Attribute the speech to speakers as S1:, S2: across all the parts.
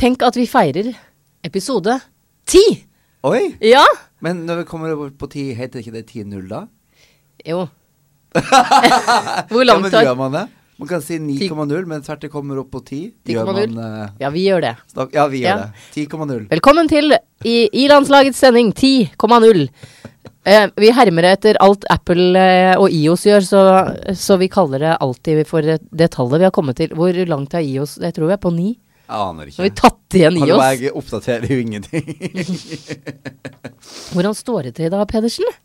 S1: Tenk at vi feirer episode ti!
S2: Oi!
S1: Ja!
S2: Men når vi kommer over på 10, heter ikke det 10-0 da?
S1: Jo. Hvor langt
S2: ja, men
S1: har
S2: gjør man det? Man kan si 9,0, men tvert det kommer opp på 10. Gjør
S1: 10,0?
S2: man eh,
S1: Ja, vi gjør det.
S2: snak- Ja, vi gjør
S1: Ja.
S2: det. 10,0.
S1: Velkommen til i, i landslagets sending 10,0. Eh, vi hermer etter alt Apple eh, og IOS gjør, så, så vi kaller det alltid for det, det tallet vi har kommet til. Hvor langt er IOS? Jeg tror vi er på ni.
S2: Jeg aner
S1: Nå har vi
S2: ikke.
S1: tatt igjen
S2: Hallo,
S1: IOS.
S2: jeg oppdaterer jo ingenting.
S1: Hvordan står det til da, Pedersen?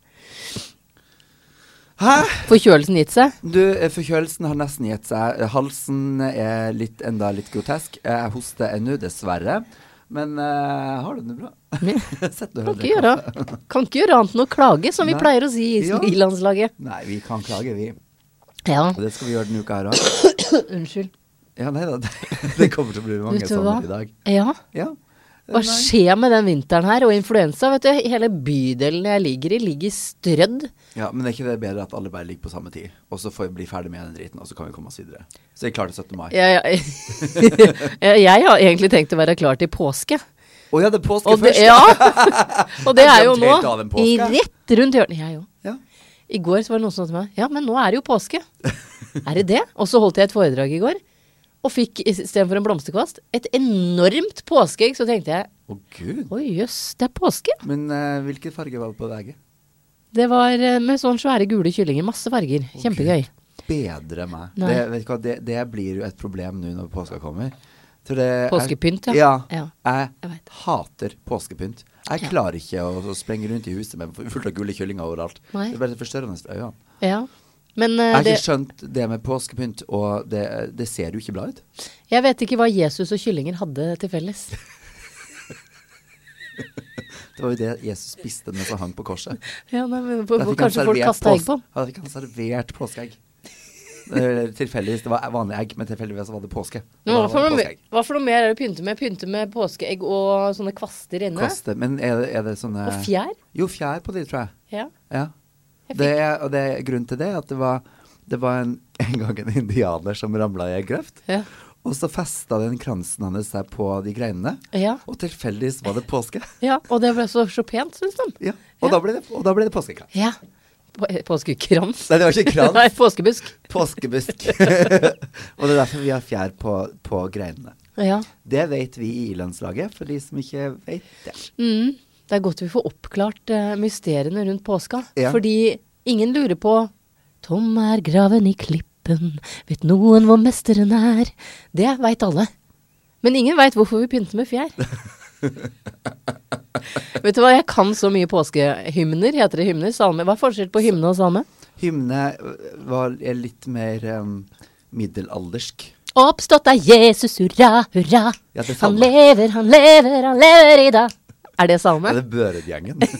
S2: Hæ?
S1: Forkjølelsen gitt seg?
S2: Du, eh, forkjølelsen har nesten gitt seg. Halsen er litt, enda litt grotesk. Eh, Jeg hoster ennå, dessverre. Men eh, har du det bra? Sett deg
S1: Kan
S2: og hør
S1: ikke
S2: litt.
S1: gjøre, kan ikke gjøre annet enn å klage, som vi
S2: Nei.
S1: pleier å si i,
S2: Ja.
S1: i landslaget.
S2: Nei, vi kan klage, vi.
S1: Ja,
S2: Og det skal vi gjøre denne uka her òg.
S1: unnskyld.
S2: Ja, nei da. Det kommer til å bli mange
S1: Vet du hva?
S2: sånne i dag.
S1: Ja.
S2: Ja.
S1: Hva
S2: Nei.
S1: skjer med den vinteren her, og influensa? vet du, Hele bydelen jeg ligger i, ligger strødd.
S2: Ja, Men er ikke det bedre at alle bare ligger på samme tid, og så får vi bli ferdig med den driten, og så kan vi komme oss videre? Så jeg klarer det 17. mai. Å ja.
S1: Jeg, jeg, jeg har egentlig tenkt å være klar til påske.
S2: det er påske
S1: Og det,
S2: først!
S1: ja. og det er jo
S2: Jeg
S1: nå
S2: glemte helt av den
S1: i
S2: påska.
S1: rett rundt hjørnet. Jeg òg.
S2: Ja.
S1: I går så var det noen som sa til meg Ja, men nå er det jo påske. Er det det? Og så holdt jeg et foredrag i går, og fikk istedenfor en blomsterkvast et enormt påskeegg. Så tenkte jeg
S2: Å gud.
S1: Å jøss, det er påske.
S2: Men eh, hvilken farge var det på det egget?
S1: Det var eh, med sånne svære gule kyllinger. Masse farger. Kjempegøy.
S2: Bedre meg.
S1: Nei.
S2: Det, vet du hva, det, det blir jo et problem nå når påska kommer. For det-
S1: Påskepynt,
S2: ja.
S1: ja. Ja.
S2: Jeg,
S1: Jeg vet.
S2: hater påskepynt. Jeg
S1: Ja.
S2: klarer ikke å, å sprenge rundt i huset med fullt av gule kyllinger overalt.
S1: Nei.
S2: Det er bare forstørrende for øynene.
S1: Ja. Men eh,
S2: Jeg har
S1: det,
S2: ikke skjønt det med påskepynt, og det, det ser jo ikke bra ut.
S1: jeg vet ikke hva Jesus og kyllinger hadde til felles.
S2: Det var jo det Jesus spiste mens han hang på korset.
S1: Ja, nei, men,
S2: Da
S1: hvor,
S2: fikk han
S1: kanskje folk
S2: servert
S1: kasta egg
S2: pås-
S1: på ham.
S2: Ja, Da fikk han servert påskeegg. Eh, Tilfeldigvis. Det var vanlig egg, men tilfeldigvis var det påske. Og
S1: Hva
S2: da
S1: for,
S2: var det
S1: noe,
S2: påskeegg.
S1: hva for noe mer er det å pynte med? Pynte med påskeegg og sånne kvaster inne?
S2: Kvaste. Men er det, er det sånne
S1: Og fjær?
S2: Jo, fjær på de, tror jeg.
S1: Ja.
S2: Ja.
S1: Jeg
S2: Det, er- og det, er- grunnen til det er at det var, det var en, en gang en indianer som ramla i ei grøft.
S1: Ja.
S2: Og så festa den kransen hans seg på de greinene.
S1: Ja.
S2: Og tilfeldigvis var det påske.
S1: ja. Og det ble så, så pent, syns de.
S2: Ja. Og, Da ble det, og da ble det påskekrans.
S1: Ja. På- eh, Påskekrans?
S2: Nei, det var ikke krans.
S1: Nei, påskebusk.
S2: Påskebusk. og det er derfor vi har fjær på, på greinene.
S1: Ja.
S2: Det vet vi i I-landslaget, for de som ikke vet det.
S1: Mm. Det er godt vi får oppklart eh, mysteriene rundt påska.
S2: Ja.
S1: Fordi ingen lurer på Tom er graven i klippen, vet noen hvor mesteren er? Det veit alle. Men ingen veit hvorfor vi pynter med fjær. vet du hva, jeg kan så mye påskehymner. Heter det hymner? Salme? Hva er forskjell på hymne og salme?
S2: Hymne øh, var, er litt mer em, middelaldersk.
S1: Oppstått er Jesus, hurra, hurra.
S2: Ja, det er
S1: han
S2: salme.
S1: lever, han lever, han lever i dag. Er det salme?
S2: Ja, det er Børedgjengen.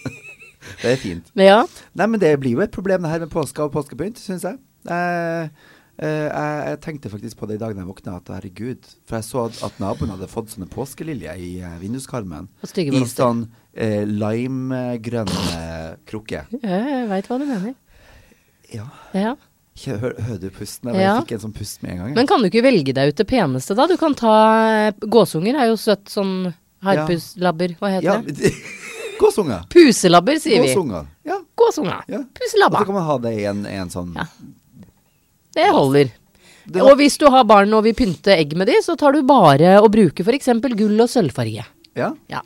S2: det er fint.
S1: Ja.
S2: Nei, men det blir jo et problem det her med påske og påskepynt, syns jeg. Eh, eh, jeg. Jeg tenkte faktisk på det i dag da jeg våkna, at herregud. For jeg så at- at naboen hadde fått sånne påskeliljer i eh, vinduskarmen.
S1: Og stygge
S2: I
S1: blomster.
S2: sånn eh, limegrønn eh, krukke.
S1: Ja, jeg veit hva du mener.
S2: Ja.
S1: Ja.
S2: Ikke- Hør, hører du pusten? Jeg bare
S1: Ja.
S2: fikk en sånn pust med en gang. jeg.
S1: Men kan du ikke velge deg ut det peneste, da? Du kan ta eh, Gåsunger er jo søtt sånn Harpuslabber, hva heter
S2: ja,
S1: det?
S2: Gåsunger.
S1: Puselabber, sier vi.
S2: Gåsunger. Ja.
S1: Gåsunger.
S2: Ja. Og så
S1: Puselabba.
S2: kan man ha det i en, en sånn
S1: Ja. Det holder.
S2: Det-
S1: Og hvis du har barn og vil pynte egg med de, så tar du bare og bruker f.eks. gull og sølvfarge.
S2: Ja.
S1: Ja.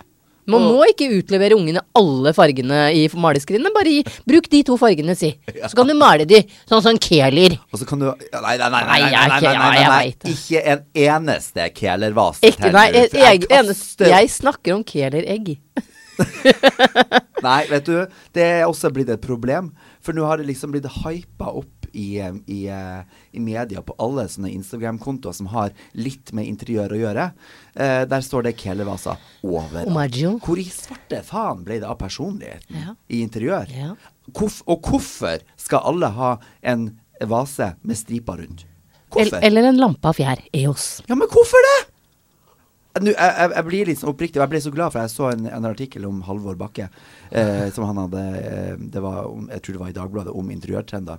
S1: Man må ikke utlevere ungene alle fargene i maleskrinene, bare gi, bruk de to fargene, si. Så kan du male de sånn som Kæler.
S2: Og så kan du ja, Nei, nei, nei. nei,
S1: Nei,
S2: nei,
S1: jeg
S2: nei,
S1: er
S2: nei,
S1: ikke-
S2: nei,
S1: ja, jeg
S2: nei,
S1: vet det.
S2: Ikke en eneste kelervase
S1: Ikke, nei, jeg, jeg,
S2: kaster-
S1: jeg snakker om Kæler-egg.
S2: Nei, vet du, det er også blitt et problem. For nå har det liksom blitt hypa opp i, eh, i, eh, i media på alle sånne Instagram-kontoer som har litt med interiør å gjøre. Eh, der står det Kelevaser overalt.
S1: Omaggio.
S2: Hvor i svarte faen ble det av personligheten
S1: Ja.
S2: i interiør?
S1: Ja.
S2: Hvorf- og hvorfor skal alle ha en vase med striper rundt?
S1: El-
S2: Hvorfor?
S1: Eller en lampe av fjær. EOS.
S2: Ja, men hvorfor det? Nå, jeg, jeg, jeg blir litt sånn oppriktig, og jeg ble så glad, for jeg så en, en artikkel om Halvor Bakke. Eh, som han hadde eh, det var om, Jeg tror det var i Dagbladet, om interiørtrender.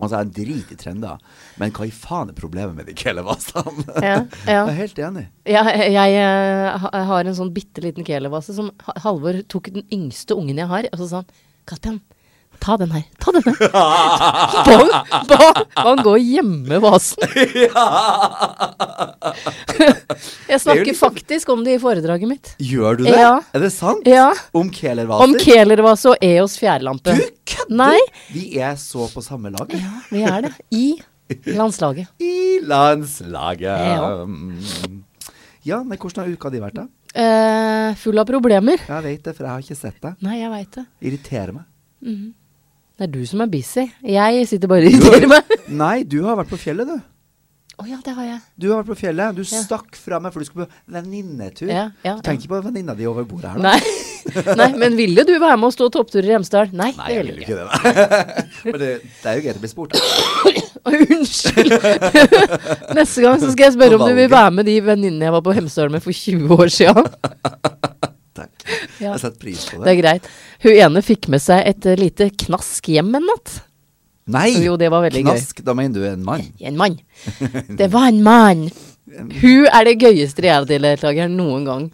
S2: Altså, jeg driter i trender, men hva i faen er problemet med de kelevasene?
S1: Ja, ja.
S2: Jeg er helt enig.
S1: Ja, jeg eh, ha- jeg har en sånn bitte liten kelevase som Ha- Halvor tok den yngste ungen jeg har, og så sa han Katjan, ta den her. Ta denne. bang, bang. Han går hjemme i vasen. jeg
S2: Det er
S1: snakker
S2: jo litt- sånn-
S1: faktisk om det i foredraget mitt.
S2: Gjør du det?
S1: Ja.
S2: Er det sant?
S1: Ja.
S2: Om kelervaser?
S1: Om kelervase og EOS fjærlampe.
S2: Du kødder!
S1: Nei.
S2: Vi er så på samme lag. vi.
S1: Ja, vi er det. I landslaget.
S2: I landslaget.
S1: Ja.
S2: Mm. Ja, men hvordan har uka di vært, da?
S1: Eh, full av problemer.
S2: Jeg vet det, for jeg har ikke sett deg.
S1: Nei, jeg veit det.
S2: Irriterer meg.
S1: Det er du som er busy. Jeg sitter bare og irriterer meg.
S2: Nei, du har vært på fjellet, du.
S1: Å ja, det har jeg.
S2: Du har vært på fjellet. Du
S1: Ja.
S2: stakk fra meg, for du skulle på venninnetur.
S1: Ja, ja,
S2: du tenker ikke på venninna di over bordet her, da?
S1: Nei. Nei, men ville du være med og stå topptur i Hemsedal? Nei, det
S2: jeg
S1: ville du
S2: vil
S1: ikke.
S2: jo ikke det. da. men det, det er jo greit å bli spurt. da.
S1: Unnskyld! Neste gang så skal jeg spørre
S2: På
S1: om du vil
S2: valget.
S1: være med de venninnene jeg var på Hemsedal med for 20 år siden.
S2: Takk.
S1: Ja.
S2: Jeg setter pris på
S1: Det
S2: det.
S1: er greit. Hun ene fikk med seg et eh, lite knask hjem en natt.
S2: Nei!
S1: Jo, det var veldig gøy.
S2: Knask, da mener du en mann?
S1: En mann. Det var en mann! Hun er det gøyeste reality-deltakeren noen gang.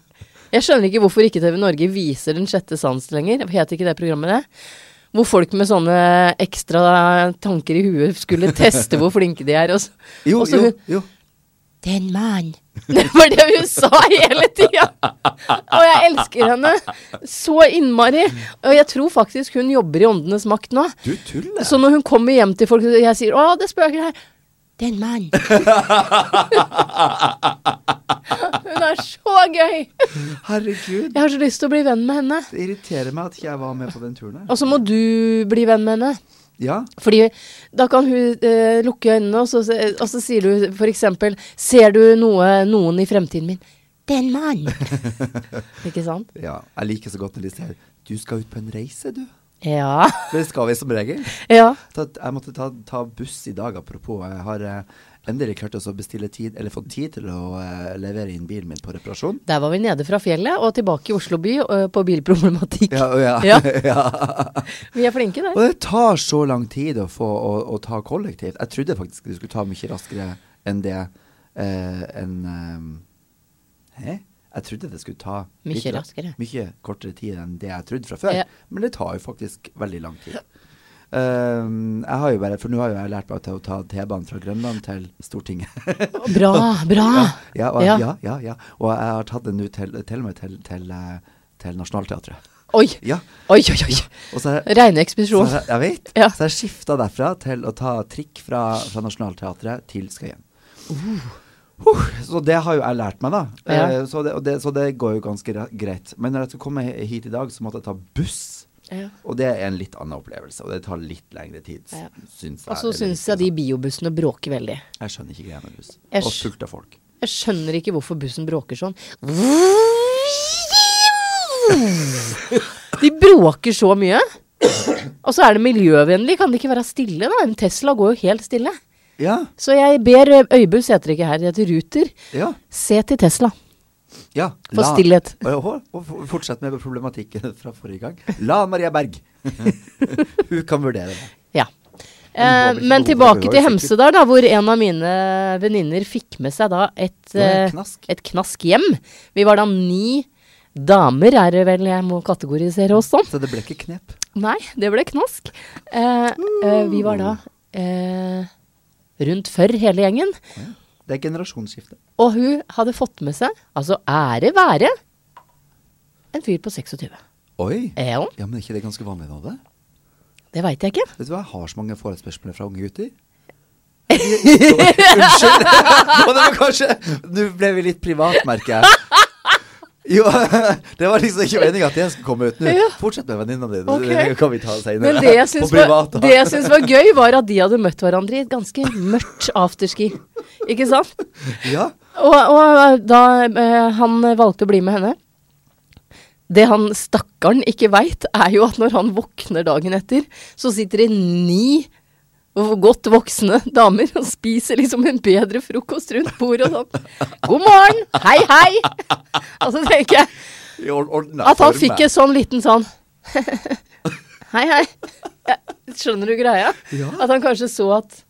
S1: Jeg skjønner ikke hvorfor ikke TV Norge viser Den sjette sans lenger. Het ikke det programmet det? Hvor folk med sånne ekstra tanker i huet skulle teste hvor flinke de er. Og så,
S2: Jo,
S1: og så
S2: jo,
S1: hun
S2: jo.
S1: Det er en mann. Det var det hun sa hele tida! Og jeg elsker henne så innmari. Og jeg tror faktisk hun jobber i Åndenes makt nå.
S2: Du tuller.
S1: Så når hun kommer hjem til folk og jeg sier 'Å, det spøker her', det er en mann. hun er så gøy! Jeg
S2: Herregud.
S1: har så lyst til å bli venn med henne.
S2: Det irriterer meg at ikke jeg var med på den turen her.
S1: Og så må du bli venn med henne.
S2: Ja.
S1: Fordi da kan hun eh, lukke øynene, og så, og så sier du for eksempel Ser du noe, noen i fremtiden min? Det er en mann. Ikke sant?
S2: ja. Jeg liker så godt når de sier du skal ut på en reise, du.
S1: Ja.
S2: For det skal vi som regel.
S1: ja.
S2: Ta- Jeg måtte ta, ta buss i dag, apropos. Jeg har eh, endelig klart å så bestille tid, eller fått tid til å eh, levere inn bilen min på reparasjon.
S1: Der var vi nede fra fjellet og tilbake i Oslo by eh, på bilproblematikk.
S2: Ja, og ja.
S1: Ja.
S2: ja.
S1: Vi er flinke der.
S2: Og det tar så lang tid å, få, å, å ta kollektivt. Jeg trodde faktisk det skulle ta mye raskere enn det eh, enn eh, Hæ? Jeg trodde det skulle ta
S1: Mye
S2: litt ra-
S1: raskere.
S2: Mye kortere tid enn det jeg trodde fra før.
S1: Ja.
S2: Men det tar jo faktisk veldig lang tid. Ehm, jeg har jo bare, For nå har jo jeg lært meg til å ta T-banen fra Grønland til Stortinget.
S1: Bra, bra.
S2: ja, og,
S1: Ja.
S2: ja. ja, ja. Og jeg har tatt den nå til, til meg til, til, eh, til Nationaltheatret.
S1: Oi,
S2: Ja.
S1: oi, oi. oi.
S2: Og så har jeg-
S1: Reine ekspedisjon.
S2: Så jeg, jeg vet.
S1: Ja.
S2: Så jeg skifta derfra til å ta trikk fra, fra Nationaltheatret til Skøyen. Huh, så det har jo jeg lært meg, da.
S1: Uh. Ja.
S2: Eh, så, det, og det, så det går jo ganske re- greit. Men når jeg skulle komme he- hit i dag, så måtte jeg ta buss.
S1: Ja.
S2: Og det er en litt annen opplevelse, og det tar litt lengre tid. s-
S1: Ja.
S2: Syns jeg,
S1: Og så
S2: eller
S1: syns
S2: litt
S1: jeg de biobussene bråker veldig.
S2: sånn. Jeg skjønner ikke greia med buss.
S1: Jeg
S2: Og
S1: skj-
S2: fullt av folk.
S1: Jeg skjønner ikke hvorfor bussen bråker sånn. De bråker så mye. Og så er det miljøvennlig. Kan det ikke være stille, da? En Tesla går jo helt stille.
S2: Ja,
S1: Så jeg ber eh, Øybuss heter det ikke her, det heter Ruter.
S2: ja,
S1: Se til Tesla.
S2: ja.
S1: For stillhet.
S2: Og, og, og fortsett med problematikken fra forrige gang. La Maria Berg. Hun kan vurdere det.
S1: Ja. Eh,
S2: Men det var vel ikke
S1: men
S2: noe
S1: tilbake
S2: overgang,
S1: til
S2: sikkert.
S1: Hemsedal, da, hvor en av mine venninner fikk med seg da et,
S2: Det var en
S1: eh,
S2: knask.
S1: et knask hjem. Vi var da ni damer, er det vel jeg må kategorisere oss som.
S2: Så det ble ikke knep.
S1: Nei, det ble knask. Eh, eh, vi var da eh, rundt før hele gjengen,
S2: Det er generasjonsskifte.
S1: og hun hadde fått med seg, altså ære være, en fyr på 26.
S2: Oi!
S1: Eh, jo,
S2: Ja, men er ikke det ganske vanlig nå, det?
S1: det veit jeg ikke.
S2: Vet du hva, jeg har så mange forespørsmål fra unge gutter. Unnskyld! Og det var kanskje Nå ble vi litt privat, merker jeg. Jo, det var liksom ikke meninga at jeg skulle komme ut nå.
S1: Ja.
S2: Fortsett med venninna di.
S1: Ok.
S2: Det kan vi ta senere.
S1: Men det jeg, syns
S2: På privat,
S1: var,
S2: da.
S1: det jeg syns var gøy, var at de hadde møtt hverandre i et ganske mørkt afterski. Ikke sant?
S2: Ja.
S1: Og, og da eh, han valgte å bli med henne Det han stakkaren ikke veit, er jo at når han våkner dagen etter, så sitter det ni godt voksne damer og spiser liksom en bedre frokost rundt bordet og sånn. God morgen! Hei, hei! Og så tenker jeg
S2: I ord- ordnet
S1: at han
S2: form,
S1: fikk
S2: jeg.
S1: en sånn liten sånn Hei, hei. Ja, Skjønner du greia?
S2: Ja.
S1: At han kanskje så at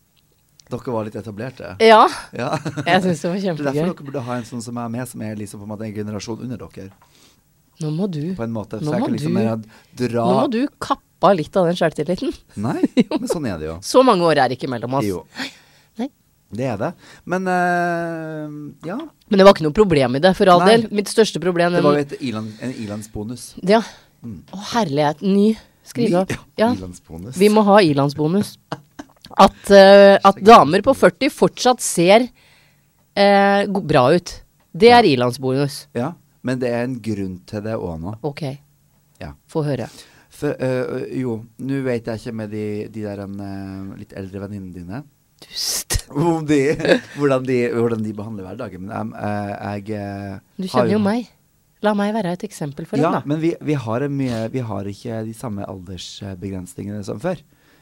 S2: Dere var litt etablerte.
S1: Ja.
S2: Ja.
S1: Eh. Jeg syns det var
S2: Det er derfor
S1: kjempegøy.
S2: dere burde ha en sånn som jeg er med, som er liksom på en måte en generasjon under dere.
S1: Nå må du
S2: På en måte.
S1: Nå
S2: Så jeg
S1: må
S2: kan
S1: du-
S2: liksom mer dra
S1: Nå må du kappe av litt av den sjøltilliten.
S2: Nei, men sånn er det jo.
S1: Så mange år er det ikke mellom oss.
S2: Jo.
S1: Nei.
S2: Det er det. Men eh, ja.
S1: Men det var ikke noe problem i det, for all
S2: Nei.
S1: del. Mitt største problem
S2: Det var jo et iland, en ilandsbonus.
S1: Ja. Å, herlighet. Ny. Skriv det opp. Ja.
S2: Ja, Mm. ilandsbonus.
S1: Vi må ha ilandsbonus. At, eh, at damer på 40 fortsatt ser eh, go- bra ut. Det er ilandsbonus.
S2: Ja, men det er en grunn til det òg nå.
S1: Ok.
S2: Ja.
S1: Få høre.
S2: For, eh, jo, nå vet jeg ikke med de, de der eh, litt eldre venninnene dine
S1: Dust.
S2: om de, hvordan, de, hvordan de behandler hverdagen. Men eh, jeg eh,
S1: Du
S2: har
S1: kjenner jo meg. La meg være et eksempel for
S2: Ja,
S1: ham, da.
S2: men vi, vi, har en mye, vi har ikke de samme aldersbegrensningene som før.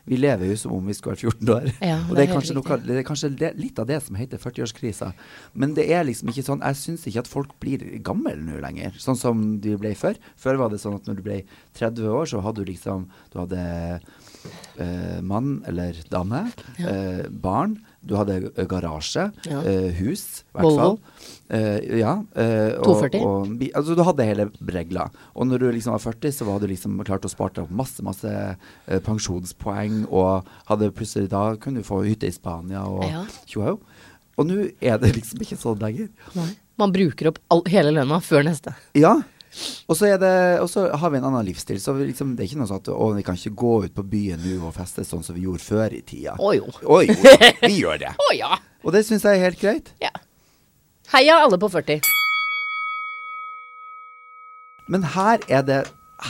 S2: Vi lever jo som om vi skulle vært 14 år.
S1: Ja,
S2: og
S1: det er
S2: det er kanskje,
S1: helt
S2: noe, det er kanskje det, litt av det som heter 40-årskrisa. Men det er liksom ikke sånn Jeg syns ikke at folk blir gamle nå lenger, sånn som de ble før. Før var det sånn at når du ble 30 år, så hadde du liksom Du hadde eh, mann eller dame, eh, barn, du hadde eh, garasje,
S1: Ja.
S2: eh, hus, i hvert fall.
S1: Volvo.
S2: Eh, ja. eh, og-
S1: 240.
S2: Og, bi- altså, du hadde hele bregla. Og når du liksom var 40, så hadde du liksom klart å spare opp masse masse eh, pensjonspoeng, og hadde plutselig da kunne du få hytte i Spania og
S1: Ja.
S2: tjohau. Og nå er det liksom ikke sånn lenger.
S1: Nei. Man bruker opp all, hele lønna før neste.
S2: Ja. Og så, er det, og så har vi en annen livsstil. Så vi liksom, det er ikke noe sånn at å, vi kan ikke gå ut på byen nå og feste sånn som vi gjorde før i tida.
S1: Å jo.
S2: Å jo, vi gjør det.
S1: Å ja.
S2: Og det syns jeg er helt greit.
S1: ja. Heia alle på 40.
S2: Men her er det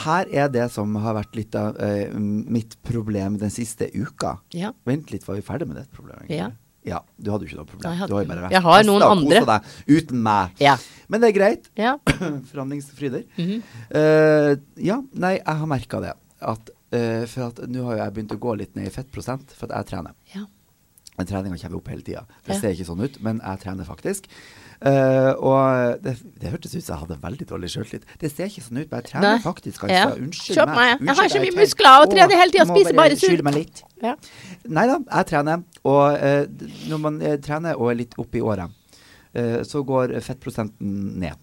S2: her er det som har vært litt av eh, mitt problem den siste uka.
S1: Ja.
S2: Vent litt, var vi ferdig med det problemet? egentlig?
S1: Ja.
S2: ja. Du hadde jo ikke noe problem.
S1: Nei, jeg hadde
S2: du har jo
S1: ikke
S2: bare
S1: noe.
S2: vært
S1: Jeg har
S2: festa
S1: noen
S2: og
S1: andre.
S2: koset Deg, uten meg.
S1: Ja. Mhm.
S2: Men det er greit.
S1: Ja.
S2: Forhandlingsfryder. Eh, ja, nei, jeg har merka det. At, eh, for at nå har jo jeg begynt å gå litt ned i fettprosent, for at jeg trener.
S1: ja.
S2: Men treninga kommer opp hele tida. Det
S1: Ja.
S2: ser ikke sånn ut, men jeg trener faktisk. Eh, og det, det hørtes ut som jeg hadde veldig dårlig sjøltillit. Det ser ikke sånn ut, men jeg trener
S1: Nei.
S2: faktisk. Altså.
S1: Ja.
S2: Unnskyld
S1: Kjøp meg. Jeg har
S2: Unnskyld
S1: ikke
S2: deg,
S1: mye
S2: Ted.
S1: muskler og
S2: Åh,
S1: trener hele tiden,
S2: må
S1: spiser bare surt.
S2: Skylde meg litt.
S1: ja.
S2: Nei da, jeg trener. Og eh, d- når man eh, trener og er litt oppe i året, eh, så går fettprosenten ned.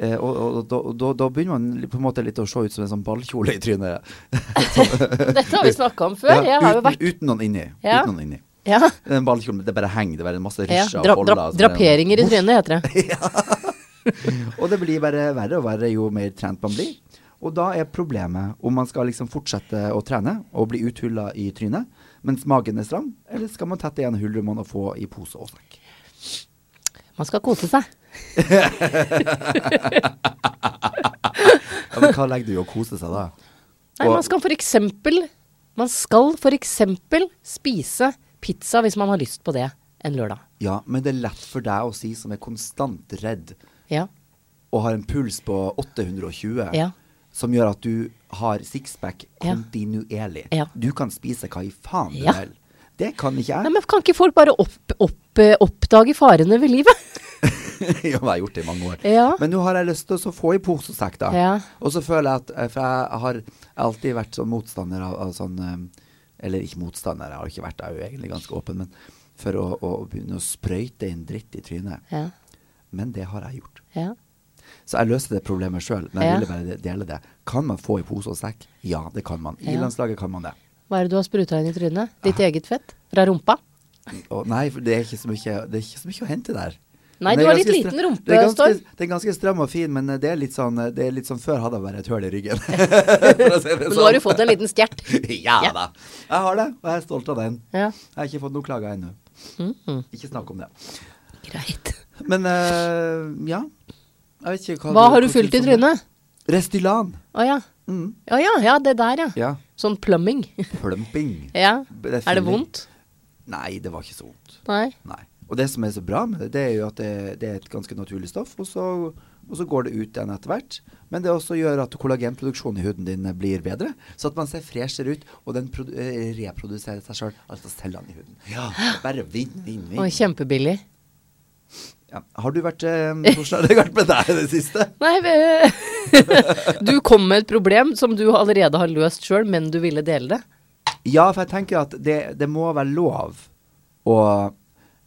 S2: Eh, og og, og da, og da, da begynner man på en måte litt å se ut som en sånn ballkjole i trynet.
S1: Dette har vi snakka om før.
S2: Ja,
S1: Jeg har jo
S2: uten,
S1: vært
S2: uten noen inni.
S1: Ja.
S2: Uten noen inni.
S1: ja.
S2: Den ballkjolen, det bare henger. Det er bare masse
S1: Ja.
S2: rysjer
S1: Dra,
S2: og boller.
S1: dra,
S2: som altså, er-
S1: draperinger i trynet heter det.
S2: Og det blir bare verre og verre jo mer trent man blir. Og da er problemet om man skal liksom fortsette å trene og bli uthulla i trynet mens magen er stram, eller skal man tette igjen hullet man får i pose og sekk.
S1: Man skal kose seg.
S2: Ja, men hva legger du i å kose seg da?
S1: Nei,
S2: Og-
S1: man skal for eksempel Man skal for eksempel spise pizza hvis man har lyst på det en lørdag.
S2: Ja, men det er lett for deg å si som er konstant redd
S1: Ja.
S2: og har en puls på 820
S1: Ja.
S2: som gjør at du har sixpack
S1: Ja.
S2: kontinuerlig.
S1: Ja.
S2: Du kan spise hva i faen du
S1: Ja.
S2: vil. Det kan ikke jeg.
S1: Nei, men kan ikke folk bare opp, opp, eh, oppdage farene ved livet?
S2: ja, men jeg har gjort det i mange år.
S1: Ja.
S2: Men nå har jeg lyst til å så få i pose og sekk, da.
S1: Ja.
S2: Og så føler jeg at eh, For jeg har alltid vært sånn motstander av, av sånn eh, Eller ikke motstander, jeg har ikke vært det, jeg er jo egentlig ganske åpen, men for å, å, å begynne å sprøyte inn dritt i trynet.
S1: Ja.
S2: Men det har jeg gjort.
S1: ja.
S2: Så jeg løste det problemet sjøl, men jeg
S1: Ja.
S2: ville bare de- dele det. Kan man få i pose og sekk? Ja, det kan man. I
S1: Ja.
S2: landslaget kan man det.
S1: Hva er det du har spruta inn i trynet? Ditt eget fett? Fra rumpa?
S2: Og nei, for det er ikke så mye, det er ikke så mye å hente der.
S1: Nei, du
S2: Men det er
S1: har litt
S2: ganske stra-
S1: liten rumpe,
S2: det er,
S1: Storm.
S2: ganske, det er ganske stram og fin, men eh, det er litt sånn, eh, det er litt sånn Før hadde jeg bare et høl i ryggen. For å si det
S1: Men nå har du
S2: sånn.
S1: fått en liten stjert.
S2: ja,
S1: Ja.
S2: da. Jeg har det, og jeg er stolt av den.
S1: Ja. Mm-hmm.
S2: Jeg har ikke fått noen klager ennå. Ikke snakk om det.
S1: Greit.
S2: Men eh, ja. Jeg vet ikke hva
S1: Hva har du fylt i
S2: hvordan-
S1: trynet?
S2: Restylan.
S1: Å ja.
S2: Mm.
S1: Å ja, ja, det der, ja.
S2: Ja.
S1: Sånn plumbing.
S2: Plumping.
S1: ja.
S2: Det er
S1: Er det
S2: filling.
S1: vondt?
S2: Nei, det var ikke så vondt.
S1: Nei.
S2: Nei. Og det som er så bra med det, det er jo at det, det er et ganske naturlig stoff, og så, og så går det ut igjen etter hvert. Men det også gjør at kollagenproduksjonen i huden din eh, blir bedre, så at man ser freshere ut, og den produ eh, reproduserer seg sjøl, altså cellene i huden. Ja, bare vinn, vinn,
S1: Og
S2: vinn.
S1: kjempebillig.
S2: Ja. Har du vært eh, Hvordan har det vært med deg i det siste?
S1: Nei, eh, Du kom med et problem som du allerede har løst sjøl, men du ville dele det.
S2: Ja, for jeg tenker at det, det må være lov å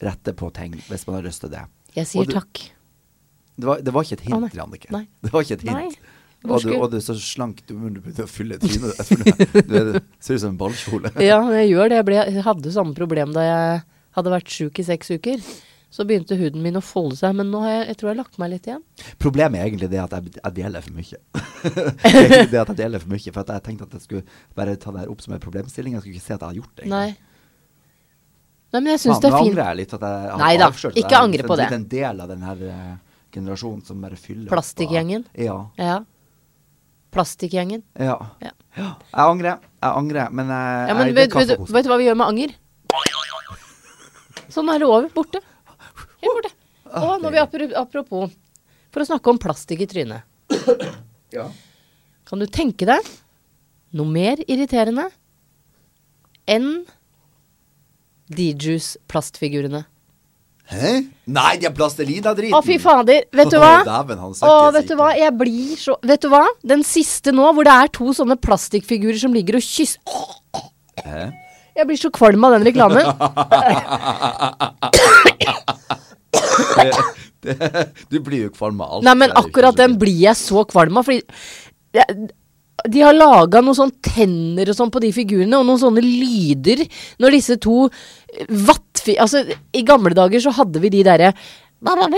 S2: rette på ting hvis man har lyst til det.
S1: Jeg
S2: Og
S1: sier
S2: du-
S1: takk.
S2: Det var, det var ikke et hint,
S1: Å, nei.
S2: Jannicke.
S1: Nei.
S2: Det var ikke et
S1: Nei.
S2: hint.
S1: Hvor
S2: Og du,
S1: skulle-
S2: og du er så slank, du må begynne å fylle trynet ditt. for det- Du er- ser ut som en ballkjole.
S1: Ja, jeg gjør det. Jeg, ble, jeg hadde samme problem da jeg hadde vært sjuk i seks uker. Så begynte huden min å folde seg, men nå har jeg, jeg tror jeg har lagt meg litt igjen.
S2: Problemet er egentlig det at jeg, jeg deler for mye. det er egentlig det at jeg deler for mye, for at jeg tenkte at jeg skulle bare ta det her opp som en problemstilling. Jeg skulle ikke se at jeg har gjort det.
S1: Nei.
S2: egentlig.
S1: Nei, men jeg
S2: Faen,
S1: syns det
S2: nå
S1: er fint.
S2: angrer jeg litt at jeg har
S1: Neida,
S2: avslørt at
S1: ikke
S2: jeg er
S1: angre
S2: liksom
S1: på det.
S2: blitt en del av den her eh, generasjonen som bare fyller opp
S1: Plastikkgjengen.
S2: av- Ja.
S1: Ja. Plastikkgjengen.
S2: Ja.
S1: Ja.
S2: ja. Jeg angrer. Jeg angrer, men jeg,
S1: Ja, men
S2: jeg
S1: vet,
S2: drikker
S1: vet, du-
S2: kaffekosen.
S1: vet du hva vi gjør med anger? Sånn er det over. Borte. Helt borte. Og når vi apro- apropos For å snakke om plastikk i trynet.
S2: Ja.
S1: Kan du tenke deg noe mer irriterende enn DJs plastfigurene?
S2: Hæ? Nei, de har plastelina-driten!
S1: Å, fy fader. Vet du hva?
S2: Dæven, han
S1: Å,
S2: søkker
S1: vet du
S2: sikkert.
S1: hva? Jeg blir så Vet du hva? Den siste nå, hvor det er to sånne plastikkfigurer som ligger og kysser
S2: Hæ?
S1: Jeg blir så kvalm av den reklamen.
S2: Det, du blir jo kvalm av alt.
S1: Nei, men
S2: Det er jo ikke
S1: akkurat
S2: så
S1: den
S2: mye.
S1: blir jeg så kvalm av, fordi jeg- de har laga noen sånn tenner og sånn på de figurene, og noen sånne lyder når disse to eh, vattfi... Altså, i gamle dager så hadde vi de derre
S2: Ja,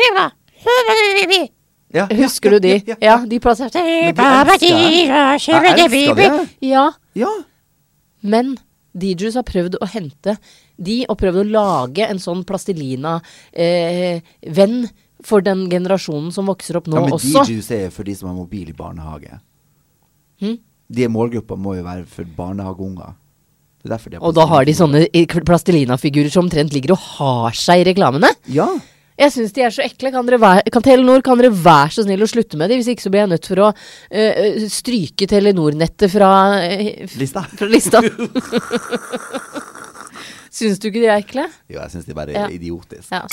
S2: ja,
S1: Husker du de?
S2: Ja. ja,
S1: Ja, de plasserte
S2: elsker det.
S1: Ja.
S2: ja.
S1: Men DJs har prøvd å hente de og prøvd å lage en sånn plastelina-venn for den generasjonen som vokser opp nå
S2: ja men
S1: også.
S2: DJs er jo for de som har mobil i barnehage.
S1: Hm?
S2: De målgruppa må jo være for barnehageunger. Det er derfor de har
S1: Og da har de sånn-
S2: plastelina.
S1: sånne i- plastelinafigurer som omtrent ligger og har seg i reklamene.
S2: Ja.
S1: Jeg syns de er så ekle. Kan, dere være, kan Telenor kan dere være så snill å slutte med det? Hvis ikke så blir jeg nødt for å eh, stryke Telenor-nettet fra, eh, f-
S2: Lista.
S1: fra lista. syns du ikke de er ekle?
S2: Jo, jeg syns de bare
S1: Ja.
S2: er idiotiske.
S1: Ja.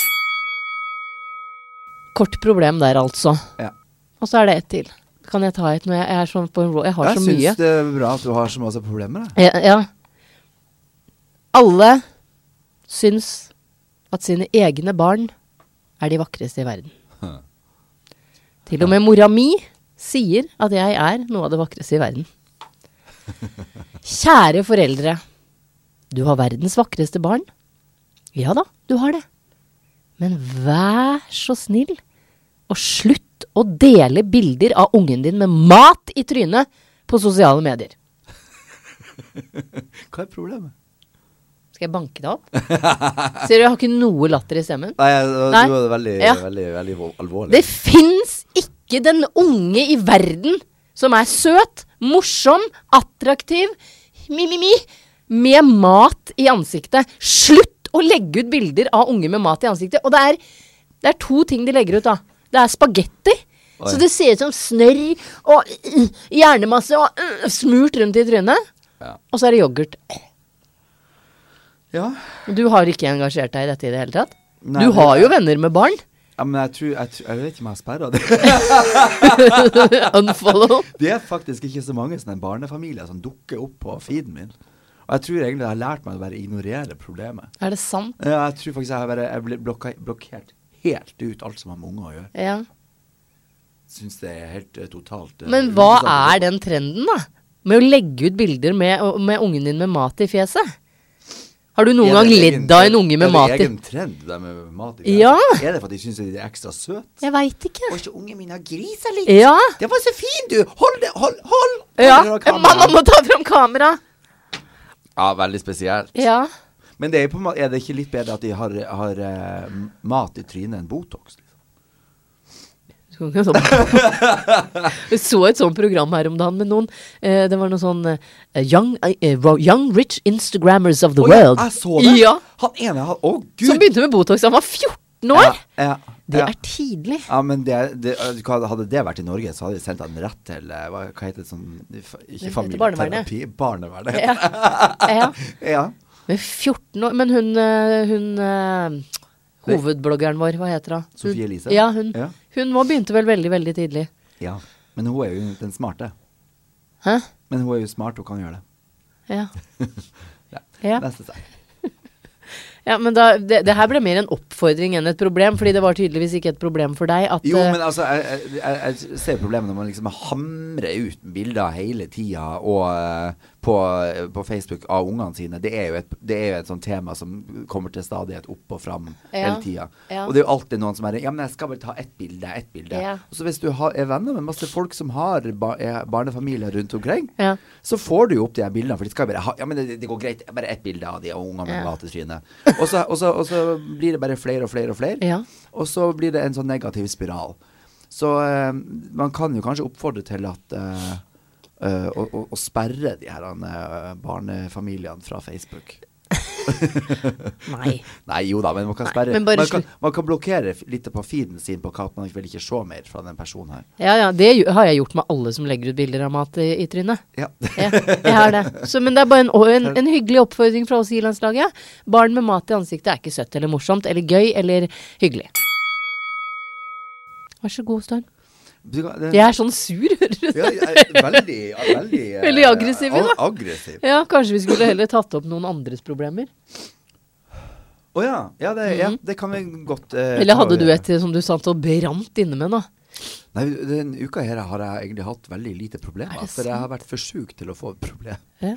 S1: Kort problem der, altså.
S2: Ja.
S1: Og så er det ett til. Kan jeg ta et når jeg er sånn på en roll? Jeg har
S2: Jeg
S1: så
S2: syns
S1: mye.
S2: det er bra at du har så masse problemer. Da.
S1: Ja, ja. Alle syns at sine egne barn er de vakreste i verden. Til og med mora mi sier at jeg er noe av det vakreste i verden. Kjære foreldre. Du har verdens vakreste barn. Ja da, du har det. Men vær så snill og slutt å dele bilder av ungen din med mat i trynet på sosiale medier.
S2: Hva er problemet?
S1: Skal jeg banke deg opp? Ser du, jeg har ikke noe latter i stemmen.
S2: Nei, det
S1: Nei.
S2: var veldig,
S1: Ja.
S2: veldig, veldig alvorlig.
S1: Det fins ikke den unge i verden som er søt, morsom, attraktiv, mi-mi-mi, med mat i ansiktet. Slutt å legge ut bilder av unge med mat i ansiktet. Og det er, det er to ting de legger ut, da. Det er spagetti.
S2: Oi.
S1: Så det ser ut som snørr og øh, hjernemasse og øh, smurt rundt i trynet.
S2: Ja.
S1: Og så er det yoghurt.
S2: Ja.
S1: Du har ikke engasjert deg i dette i det hele tatt?
S2: Nei,
S1: du
S2: det-
S1: har jo venner med barn.
S2: ja, men jeg tror Jeg, tror, jeg vet ikke om jeg har sperra det.
S1: Unfollow.
S2: Det er faktisk ikke så mange sånne barnefamilier som dukker opp på feeden min. Og jeg tror egentlig jeg har lært meg å bare ignorere problemet.
S1: Er det sant?
S2: Ja, jeg tror faktisk jeg har bare jeg ble blokka, blokkert helt ut alt som har med unger å gjøre.
S1: Ja.
S2: Syns det er helt eh, totalt
S1: Men hva er den trenden, da? Med å legge ut bilder med, med ungen din med mat i fjeset? Har du noen gang ledd av en unge med mat
S2: Er
S1: i
S2: det egen trend, det der med mat i?
S1: Ja.
S2: Er det for at de syns de er ekstra søte?
S1: Jeg veit ikke.
S2: Var ikke ungen min har grisa litt?
S1: Ja.
S2: Det var så fin, du! Hold det! Hold! hold!
S1: ja.
S2: Hold det der
S1: Mamma
S2: kameraet.
S1: må ta fram kamera!
S2: ja, veldig spesielt.
S1: Ja.
S2: Men det er, på, en måte- er det ikke litt bedre at de har, har eh, mat i trynet enn Botox? Liksom?
S1: Det sånn- så et sånt program her om dagen med noen. Eh, det var noe sånn eh, young, eh, young Rich Instagrammers of the
S2: Å,
S1: World.
S2: Ja, jeg så det!
S1: Ja.
S2: Han ene han Å, gud!
S1: Som begynte med Botox da han var 14 år!
S2: Ja, ja,
S1: Det
S2: ja.
S1: er tidlig.
S2: Ja, men det, det, eh, hva- hadde det vært i Norge, så hadde de sendt han rett til eh, hva, hva heter det sånn fa- Ikke
S1: heter
S2: familieterapi, barnevernet.
S1: Ja. Ja.
S2: Ja.
S1: Men 14 år Men hun, eh, hun eh, hovedbloggeren vår, hva heter hun?
S2: Sofie Elise?
S1: Ja, hun,
S2: Ja.
S1: hun nå begynte vel veldig, veldig tidlig.
S2: ja. Men hun er jo den smarte.
S1: Hæ?
S2: Men hun er jo smart, hun kan gjøre det.
S1: Ja.
S2: Ja.
S1: Ja.
S2: Neste sak.
S1: ja, men da det, det her ble mer en oppfordring enn et problem, fordi det var tydeligvis ikke et problem for deg at
S2: Jo,
S1: eh,
S2: men altså, jeg, jeg- jeg, jeg ser problemet når man liksom hamrer ut bilder hele tida og eh, på, på Facebook av ungene sine. Det er jo et, det er jo et sånt tema som kommer til stadighet opp og fram
S1: Ja,
S2: hele tida.
S1: ja.
S2: Og det er jo alltid noen som er Ja, men jeg skal bare ta ett bilde, ett bilde.
S1: Ja.
S2: Og så hvis du har, er venner med masse folk som har ba, er barnefamilier rundt omkring,
S1: Ja.
S2: så får du jo opp de her bildene, for de skal jo bare ha Ja, men det, det går greit, bare ett bilde av de og ungene med
S1: Ja.
S2: gatetryne. Og så, og, så, og så blir det bare flere og flere og flere.
S1: Ja.
S2: Og så blir det en sånn negativ spiral. Så eh, man kan jo kanskje oppfordre til at eh, eh, å, å, å sperre de her eh, barnefamiliene fra Facebook.
S1: Nei.
S2: Nei, jo da, men man kan
S1: Nei,
S2: sperre.
S1: men bare
S2: man, kan,
S1: slutt.
S2: man kan blokkere f- litt på feeden sin på hva man vil ikke se mer fra den personen her.
S1: Ja ja, det gj- har jeg gjort med alle som legger ut bilder av mat i, i trynet.
S2: Ja.
S1: Ja, jeg har det. Så, men det er bare en, en, en hyggelig oppfordring fra oss i landslaget. Barn med mat i ansiktet er ikke søtt eller morsomt eller gøy eller hyggelig. Vær så god, Storm.
S2: Du kan- det-
S1: Jeg er sånn sur, hører du.
S2: Ja, jeg er veldig Veldig, eh,
S1: Veldig aggressiv i dag.
S2: ag- Aggressiv.
S1: Ja, kanskje vi skulle heller tatt opp noen andres problemer.
S2: Å ja. Ja det, ja, det kan vi godt eh,
S1: Mm. Eller
S2: ta
S1: hadde
S2: og
S1: du
S2: gjøre.
S1: et som du satt og brant inne med nå?
S2: Nei, den uka her har jeg egentlig hatt veldig lite
S1: Er
S2: problemer.
S1: det
S2: For jeg har vært for sjuk til å få problem.
S1: Ja.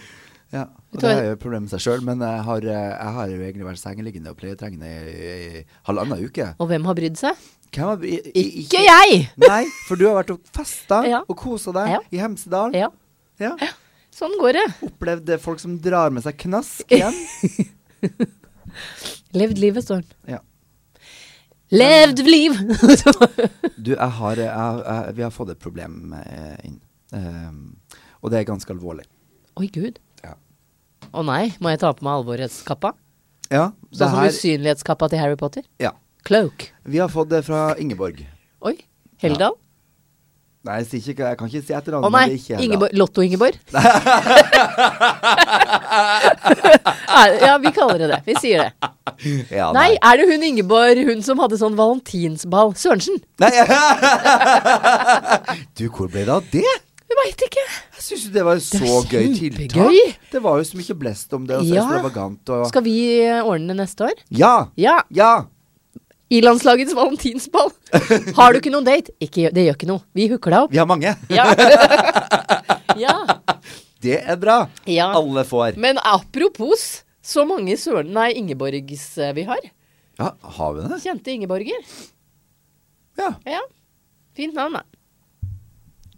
S2: Ja, og
S1: Vet du
S2: det
S1: hva-
S2: er jo et problem i seg sjøl, men jeg har, eh, jeg har jo egentlig vært sengeliggende og pleietrengende i, i halvannen uke.
S1: Og hvem har brydd seg?
S2: Hvem har, i, i,
S1: Ikke jeg!
S2: Nei, for du har vært og festa
S1: Ja.
S2: og kosa deg
S1: Ja.
S2: i Hemsedal.
S1: Ja,
S2: Ja.
S1: sånn går det.
S2: Opplevde folk som drar med seg knask hjem.
S1: Levd livet, Storm.
S2: Ja.
S1: Levd liv!
S2: Du, jeg har, eh, jeg, jeg, vi har fått et problem eh, inn. Ehm, og det er ganske alvorlig.
S1: Oi, gud.
S2: Ja.
S1: Å nei, må jeg ta på meg alvorlighetskappa?
S2: ja det
S1: Sånn som
S2: her-
S1: usynlighetskappa til Harry Potter?
S2: ja.
S1: Cloak.
S2: Vi har fått det fra Ingeborg.
S1: Oi. Heldal?
S2: Nei, jeg, sier ikke, jeg kan ikke si
S1: Å
S2: etternavnet.
S1: nei,
S2: men det er ikke Heldal.
S1: Ingeborg. Lotto-Ingeborg? Nei, ja, vi kaller det det. Vi sier det.
S2: Ja,
S1: Nei, er det hun Ingeborg, hun som hadde sånn valentinsball? Sørensen?
S2: Nei. du, hvor ble det av det?
S1: Jeg veit ikke.
S2: Jeg syns jo det var et
S1: er
S2: så gøy tiltak.
S1: kjempegøy.
S2: Det var jo så mye blest om det, og så
S1: Ja.
S2: ekstravagant og
S1: Skal vi eh, ordne det neste år?
S2: Ja!
S1: Ja.
S2: Ja!
S1: I landslagets valentinsball. Har du ikke noen date? Ikke, gjør- det gjør ikke noe. Vi hooker deg opp.
S2: Vi har mange.
S1: Ja. ja.
S2: Det er bra.
S1: Ja.
S2: Alle får.
S1: Men apropos så mange søren... Nei, Ingeborgs eh, vi har.
S2: Ja, har vi det?
S1: Kjente Ingeborger.
S2: Ja.
S1: Ja. Fint navn, da.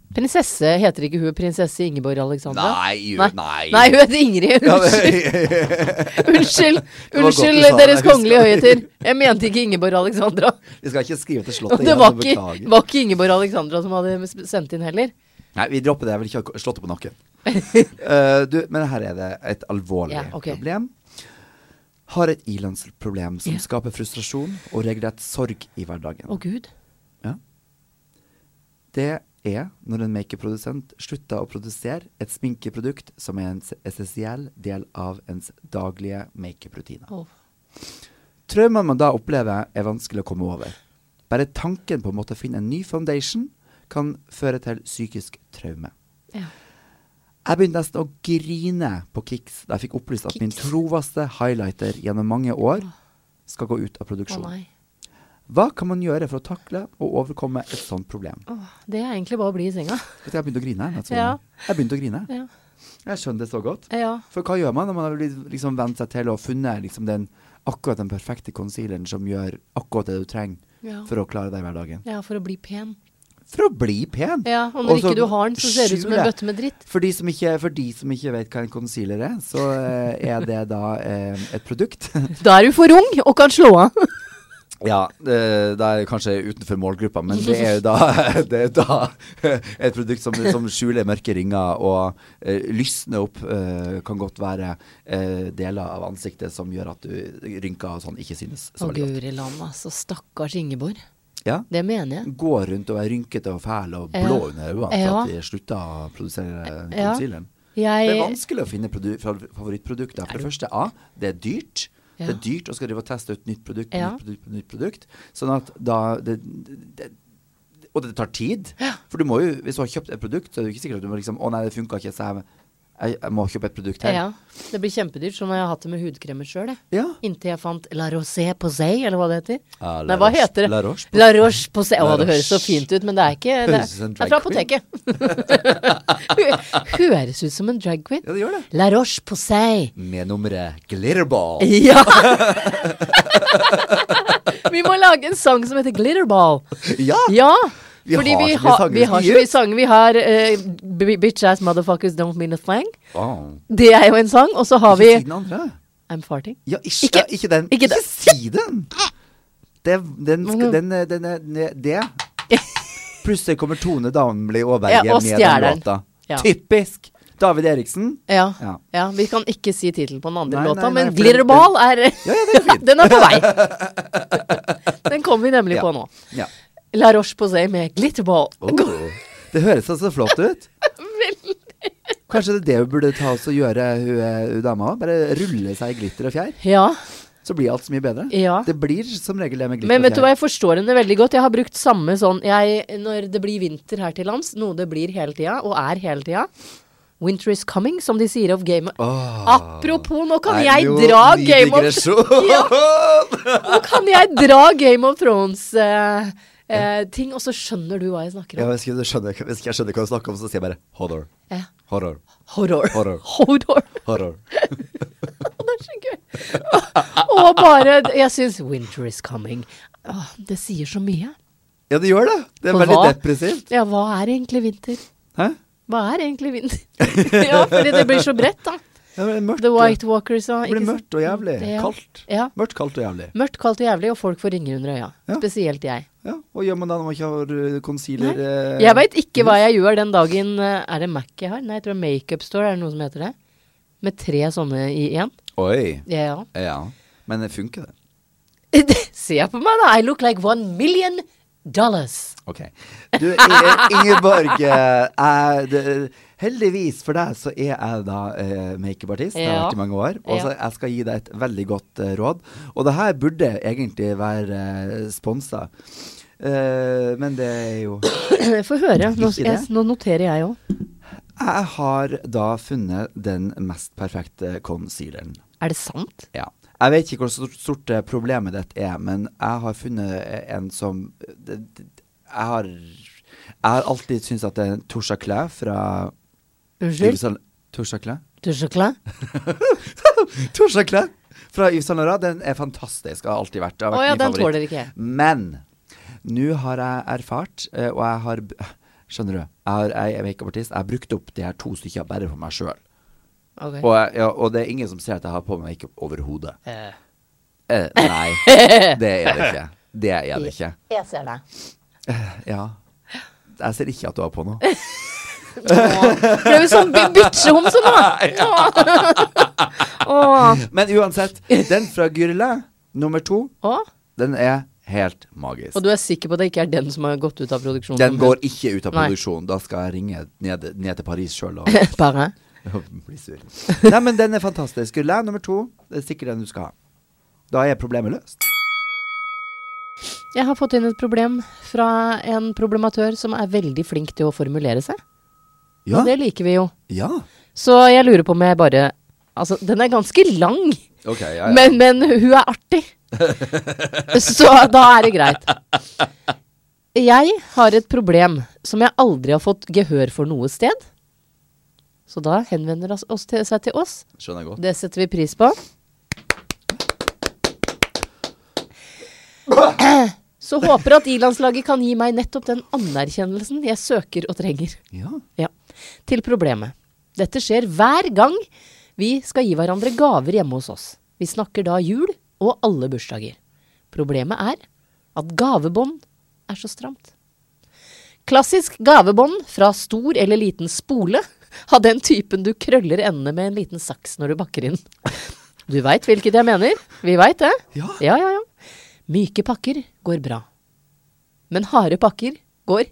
S1: Prinsesse heter ikke hun prinsesse Ingeborg Alexandra?
S2: Nei, jo, nei.
S1: Sånn, Nei, hun heter Ingrid.
S2: Ja,
S1: Unnskyld.
S2: det-
S1: Unnskyld,
S2: var godt du
S1: unnskyld
S2: sa det,
S1: Deres
S2: jeg
S1: Kongelige
S2: husker.
S1: Høyheter. Jeg mente ikke Ingeborg Alexandra.
S2: Vi skal ikke skrive til Slottet
S1: Og det var ikke,
S2: beklager.
S1: var ikke Ingeborg Alexandra som hadde sp- sendt inn heller.
S2: Nei, vi dropper det. Jeg vil ikke ha slått opp på nakken. Eh, du, men her er det et alvorlig
S1: Ja, ok.
S2: problem. Har et ilandsproblem som
S1: Ja.
S2: skaper frustrasjon og regelrett sorg i hverdagen.
S1: Å gud.
S2: Ja. Det er når en makeupprodusent slutter å produsere et sminkeprodukt som er en s- essensiell del av ens daglige makeuprutiner.
S1: Å.
S2: Traumene man da opplever, er vanskelig å komme over. Bare tanken på å måtte finne en ny foundation kan føre til psykisk traume.
S1: Ja.
S2: Jeg begynte nesten å grine på Kicks da jeg fikk opplyst at min
S1: Kicks.
S2: trovaste highlighter gjennom mange år skal gå ut av
S1: Å
S2: produksjon.
S1: nei.
S2: Hva kan man gjøre for å takle og overkomme et sånt problem?
S1: Å, det er egentlig bare å bli i senga.
S2: Vet du, jeg begynte å grine. Jeg,
S1: Ja.
S2: jeg begynte å grine.
S1: Ja.
S2: Jeg skjønner det så godt.
S1: ja.
S2: For hva gjør man når man har blitt- liksom vent seg til og funnet liksom den, akkurat den perfekte concealeren som gjør akkurat det du trenger
S1: Ja.
S2: for å klare deg i hverdagen?
S1: Ja, for å bli pen.
S2: For å bli pen!
S1: Ja, og når
S2: så
S1: ikke du har den, så ser det ut som en
S2: skjule.
S1: bøtte med dritt.
S2: For de, som ikke, for de som ikke vet hva en concealer er, så eh, er det da eh, et produkt
S1: Da er du for ung og kan slå av.
S2: Ja, eh, det, det er kanskje utenfor målgruppa, men det er jo da, det er da et produkt som, som skjuler mørke ringer og eh, lysner opp. eh, kan godt være eh, deler av ansiktet som gjør at du rynker og sånn ikke synes så
S1: Å
S2: veldig godt.
S1: guri land, altså. Stakkars Ingeborg.
S2: Ja.
S1: Det mener jeg.
S2: Gå rundt og være rynkete og fæl og
S1: Ja.
S2: blå under øynene for
S1: Ja.
S2: at de slutta å produsere
S1: Ja.
S2: concealeren. Det er
S1: Jeg
S2: vanskelig å finne produ- fa- favorittprodukter. For det første, A, det er dyrt.
S1: Ja.
S2: Det er dyrt å skal drive og teste ut nytt produkt, på
S1: Ja.
S2: nytt produkt, på nytt produkt. Sånn at da det, det, det, Og det tar tid. For du må jo, hvis du har kjøpt et produkt, så er det jo ikke sikkert at du må liksom Å nei, det funka ikke, så jeg, jeg, jeg må kjøpe et produkt
S1: Ja,
S2: her.
S1: ja. Det blir kjempedyrt, sånn har jeg hatt det med hudkremer sjøl, jeg.
S2: Ja.
S1: Inntil jeg fant La Rosé Posay, eller hva det heter.
S2: Ja, La
S1: Nei, hva
S2: Roche-
S1: heter det?
S2: La Roche Posay.
S1: La Roche Posay. Å,
S2: La
S1: det høres så
S2: Roche.
S1: fint ut, men det er ikke Det
S2: Høres ut
S1: er,
S2: som en
S1: det er fra
S2: drag
S1: apoteket. Hø- høres ut som en drag queen.
S2: Ja, det gjør det.
S1: La Roche Posay.
S2: Med nummeret Glitterball.
S1: Ja! Vi må lage en sang som heter Glitterball.
S2: Ja!
S1: Ja!
S2: Vi
S1: fordi
S2: har
S1: vi,
S2: så mye
S1: har-
S2: sanger
S1: vi
S2: vi
S1: har så
S2: skal gi
S1: mye sanger. Vi har eh, b- Bitch Ass Motherfuckers Don't Mean a Thing.
S2: Wow.
S1: Det er jo en sang. Og så har
S2: Ikke si
S1: vi
S2: den andre.
S1: I'm Farting.
S2: Ja, ikke,
S1: Ikke-
S2: ja, ikke den.
S1: ikke
S2: Ikke,
S1: den.
S2: si den! Det, den, skal,
S1: Mm.
S2: den, eh, den, eh, ne- det Plutselig kommer Tone Downbley Aaberge
S1: Ja, og
S2: med
S1: stjeler
S2: den
S1: den.
S2: låta.
S1: Ja.
S2: Typisk! David Eriksen.
S1: Ja.
S2: Ja.
S1: ja. Vi kan ikke si tittelen på den andre
S2: Nei,
S1: låta,
S2: nei, nei,
S1: men
S2: for den-
S1: Glitterball er
S2: Ja, ja, det er fint.
S1: Den er på vei. Den kommer vi nemlig
S2: Ja.
S1: på nå.
S2: Ja.
S1: La Roche Posay med Glitterball.
S2: Oh, det høres da så flott ut. Kanskje det er det hun burde ta oss og gjøre, hun, eh, hun dama òg. Bare rulle seg i glitter og fjær.
S1: Ja.
S2: Så blir alt så mye bedre.
S1: Ja.
S2: Det blir som regel det med glitter
S1: Men vet du
S2: og
S1: hva,
S2: fjær.
S1: jeg forstår henne veldig godt. Jeg har brukt samme sånn jeg, Når det blir vinter her til lands, noe det blir hele tida, og er hele tida Winter is coming, som de sier of Game of
S2: Åh.
S1: Apropos, nå kan
S2: Ah. Nei,
S1: jeg
S2: jo,
S1: dra
S2: ny
S1: Game of
S2: digresjon.
S1: Nå kan jeg dra Game of Thrones-ting, og så skjønner du hva jeg snakker
S2: Ja,
S1: om.
S2: hvis jeg skjønner, hvis jeg skjønner hva hun snakker om, så sier jeg bare horror.
S1: Ja.
S2: Horror.
S1: Horror.
S2: Horror.
S1: Horror.
S2: Horror.
S1: Det er så gøy. Og bare Jeg syns Winter is coming. Åh, det sier så mye.
S2: Ja, det gjør det. Det er
S1: For
S2: veldig
S1: hva?
S2: depressivt.
S1: Ja, hva er egentlig vinter?
S2: Hæ?
S1: Hva er egentlig vinter? ja, fordi det blir så bredt, da.
S2: Det blir mørkt.
S1: The White Walkers og
S2: det blir
S1: ikke sant?
S2: mørkt og jævlig.
S1: Ja.
S2: Kaldt.
S1: Ja.
S2: Mørkt, kaldt og jævlig.
S1: Mørkt, kaldt og jævlig, og folk får ringer under øya.
S2: Ja.
S1: Spesielt jeg.
S2: Ja, Hva gjør man da når man ikke har uh,
S1: Nei.
S2: concealer? eh,
S1: Jeg veit ikke hva jeg gjør den dagen eh, Er det Mac jeg har? Nei, jeg tror Makeup Store er det noe som heter det. Med tre sånne i én.
S2: Oi.
S1: Ja, ja.
S2: Ja. Men det funker, det.
S1: Se på meg, da! I look like one million dollars.
S2: Ok. Du, I- Ingeborg, eh, jeg- det- heldigvis for deg så er jeg da eh, makeupartist. Det har jeg
S1: Ja.
S2: vært i mange år. Og så
S1: Ja.
S2: jeg skal gi deg et veldig godt eh, råd. Og det her burde egentlig være eh, sponsa. Eh, men det er jo
S1: Få høre. Nå,
S2: Ikke
S1: jeg,
S2: det?
S1: nå noterer jeg òg.
S2: Jeg har da funnet den mest perfekte concealeren.
S1: Er det sant?
S2: Ja. Jeg vet ikke hvor stor- stort eh, problemet ditt er, men jeg har funnet eh, en som det- det- Jeg har, jeg har alltid syntes at det er Torsha Klæ fra
S1: Unnskyld?
S2: Yves Saint- Torsha Klæ?
S1: Du er så klar?
S2: Torsha Klæ fra Yves Saint Laurent. Den er fantastisk, har alltid vært. Det har vært
S1: Å ja,
S2: min
S1: den
S2: favoritt.
S1: tåler ikke jeg.
S2: Men nå har jeg erfart, eh, og jeg har b- Skjønner du? Jeg, har, jeg er makeupartist. Jeg har brukt opp de her to stykkene bare for meg sjøl.
S1: Ok.
S2: Og, jeg- ja, og det er ingen som ser at jeg har på meg makeup overhodet.
S1: Eh,
S2: Eh, nei, det er det ikke. Det er det ikke.
S1: Jeg ser deg.
S2: Ja. Jeg ser ikke at du har på noe.
S1: Ble vi sånn bi- bitchehomse nå? Åh.
S2: Men uansett, den fra Gyrle, nummer to,
S1: Åh.
S2: den er helt magisk.
S1: Og du er sikker på at det ikke er den som har gått ut av produksjonen?
S2: Den går ikke ut av
S1: Nei.
S2: produksjon. Da skal jeg ringe ned, ned til Paris sjøl og
S1: Bare?
S2: bli sur. Nei, men den er fantastisk. Gyrle nummer to, det er sikkert den du skal ha. Da er problemet løst.
S1: Jeg har fått inn et problem fra en problematør som er veldig flink til å formulere seg.
S2: Ja.
S1: Og det liker vi jo.
S2: Ja.
S1: Så jeg lurer på om jeg bare Altså, den er ganske lang,
S2: Ok, ja, ja.
S1: men, men hun er artig. Så da er det greit. Jeg har et problem som jeg aldri har fått gehør for noe sted. Så da henvender oss, oss til, seg til oss.
S2: Skjønner jeg godt.
S1: Det setter vi pris på. Så håper at I-landslaget kan gi meg nettopp den anerkjennelsen jeg søker og trenger.
S2: Ja.
S1: Ja. Til problemet. Dette skjer hver gang vi skal gi hverandre gaver hjemme hos oss. Vi snakker da jul og alle bursdager. Problemet er at gavebånd er så stramt. Klassisk gavebånd fra stor eller liten spole av den typen du krøller endene med en liten saks når du bakker inn. Du veit hvilket jeg mener. Vi veit det.
S2: Ja.
S1: ja, ja, ja. Myke pakker går bra. Men harde pakker går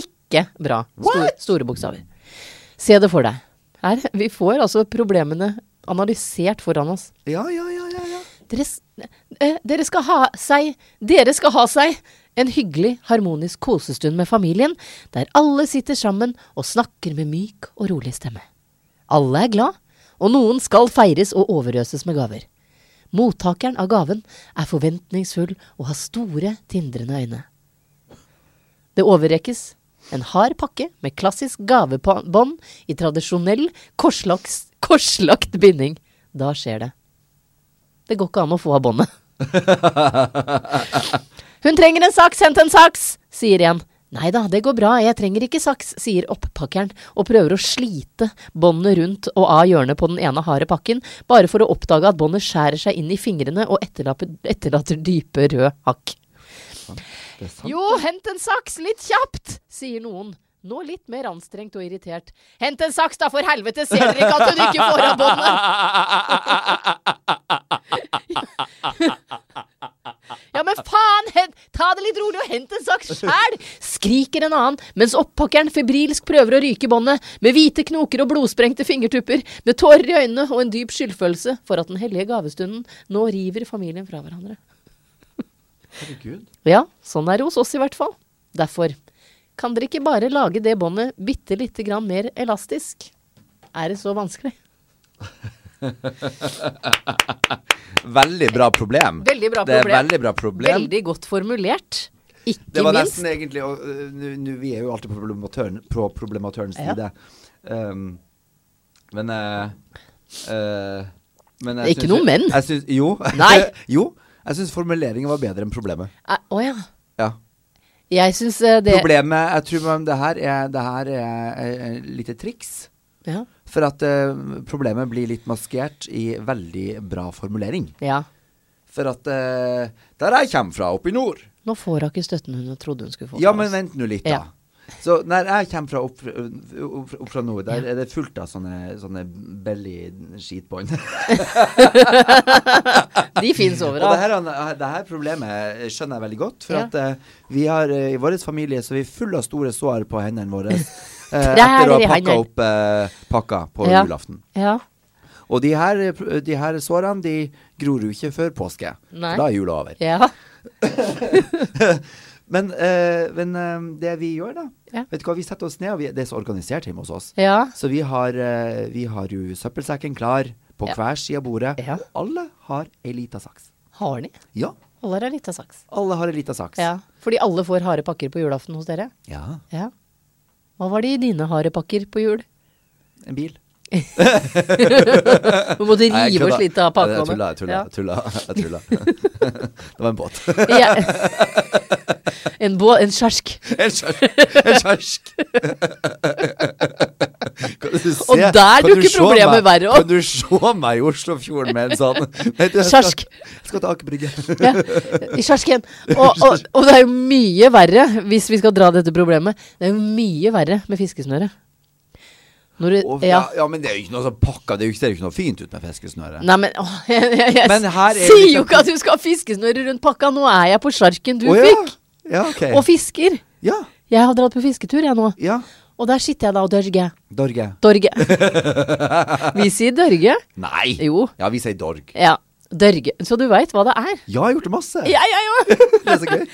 S1: ikke bra. Store, store bokstaver. Se det for deg. Her, vi får altså problemene analysert foran oss.
S2: Ja, ja, ja, ja, ja.
S1: Dere, s- eh, dere skal ha seg Dere skal ha seg En hyggelig, harmonisk kosestund med familien, der alle sitter sammen og snakker med myk og rolig stemme. Alle er glad, og noen skal feires og overøses med gaver. Mottakeren av gaven er forventningsfull og har store, tindrende øyne. Det overrekkes en hard pakke med klassisk gavebånd i tradisjonell korslaks, korslagt binding. Da skjer det. Det går ikke an å få av båndet. Hun trenger en saks, hent en saks, sier en. Nei da, det går bra, jeg trenger ikke saks, sier opppakkeren og prøver å slite båndet rundt og av hjørnet på den ene harde pakken, bare for å oppdage at båndet skjærer seg inn i fingrene og etterlater, etterlater dype, røde hakk.
S2: Det er sant.
S1: Jo, hent en saks, litt kjapt, sier noen. Nå litt mer anstrengt og irritert. Hent en saks, da, for helvete! Ser dere ikke at hun ikke får av båndet? Ja, men faen! Hent, ta det litt rolig og hent en saks sjæl! Skriker en annen, mens opppakkeren febrilsk prøver å ryke båndet, med hvite knoker og blodsprengte fingertupper, med tårer i øynene og en dyp skyldfølelse for at den hellige gavestunden nå river familien fra hverandre.
S2: Herregud.
S1: Ja, sånn er det hos oss i hvert fall. Derfor. Kan dere ikke bare lage det båndet bitte lite grann mer elastisk? Er det så vanskelig?
S2: Veldig bra problem.
S1: Veldig bra
S2: Det er
S1: problem.
S2: veldig bra problem.
S1: Veldig godt formulert. Ikke
S2: Det var
S1: minst.
S2: nesten egentlig og, øh, nu- nu- Vi er jo alltid på problematøren, på problematørens
S1: Ja.
S2: side. Um, men øh, øh, men jeg
S1: Ikke
S2: syns-
S1: noe men.
S2: Jeg syns, jo.
S1: Nei.
S2: jo. Jeg syns formuleringen var bedre enn problemet.
S1: Å ja.
S2: Ja.
S1: Jeg syns eh, det
S2: Problemet Jeg tror man, det her er, det her er eh, lite triks.
S1: ja.
S2: For at eh, problemet blir litt maskert i veldig bra formulering.
S1: ja.
S2: For at eh, Der jeg kommer fra, oppe i nord
S1: Nå får hun ikke støtten hun trodde hun skulle få.
S2: Ja,
S1: fra
S2: men
S1: oss.
S2: vent nå litt,
S1: Ja.
S2: da. Så når jeg kommer fra opp, opp, opp fra nord, der er det fullt av sånne, sånne billige skitbånd.
S1: De fins
S2: Og det
S1: overalt.
S2: her, det her problemet skjønner jeg veldig godt. For
S1: Ja.
S2: at eh, vi har eh, i vår familie så er vi full av store sår på hendene våre eh,
S1: Det her
S2: etter å
S1: er i
S2: ha pakka
S1: hendene.
S2: opp eh, pakka på
S1: Ja.
S2: julaften.
S1: Ja.
S2: Og de her, eh, pr- de her sårene de gror jo ikke før påske.
S1: Nei.
S2: For da er jula over.
S1: Ja.
S2: Men, eh, men eh, det vi gjør, da
S1: Ja.
S2: Vet du hva, Vi setter oss ned, og vi, det er så organisert hjemme hos oss.
S1: ja.
S2: Så vi har, eh, vi har jo søppelsekken klar på
S1: Ja.
S2: hver side av bordet.
S1: Ja.
S2: Og alle har ei lita saks.
S1: Har de?
S2: Ja,
S1: Alle har en liten saks.
S2: alle har ei lita saks.
S1: Ja. Fordi alle får harde pakker på julaften hos dere?
S2: Ja,
S1: Ja. Hva var det i dine harde pakker på jul?
S2: En bil.
S1: Du måtte
S2: Nei, jeg
S1: rive og
S2: kødda.
S1: slite av
S2: Jeg
S1: pakkene.
S2: tulla, jeg tulla,
S1: Ja.
S2: jeg tulla. Jeg tulla. det var en båt.
S1: Ja. En båt, en skjersk.
S2: En kjørsk. En kjørsk. Kan du se-
S1: Og der
S2: kan du
S1: dukker
S2: se
S1: problemet
S2: meg-
S1: verre opp.
S2: Kan du se meg i Oslofjorden med en sånn? Vet du, jeg skal-
S1: Kjørsk.
S2: Jeg skal til Aker Brygge.
S1: Ja, I kjersken. Og, og, og det er jo mye verre, hvis vi skal dra dette problemet, det er jo mye verre med fiskesnøre. Når
S2: Og-
S1: du Ja.
S2: Ja, ja, men det er jo ikke noe sånn pakka. Det er jo ikke- ser jo ikke noe fint ut med fiskesnøre.
S1: Nei, men åh, jeg, jeg, jeg
S2: Men her er det
S1: sier
S2: litt
S1: jo
S2: av-
S1: ikke at du skal ha fiskesnøre rundt pakka! Nå er jeg på sjarken du
S2: Å, ja.
S1: fikk,
S2: Ja, ok.
S1: og fisker!
S2: Ja,
S1: Jeg har dratt på fisketur, jeg nå.
S2: ja.
S1: Og der sitter jeg da og dørger.
S2: Dorge.
S1: Dorge. Vi sier dørge.
S2: Nei!
S1: Jo.
S2: Ja, vi sier dorg.
S1: Ja. Dørge. Så du veit hva det er?
S2: Ja, jeg har gjort det masse.
S1: Jeg òg!
S2: Det er så gøy.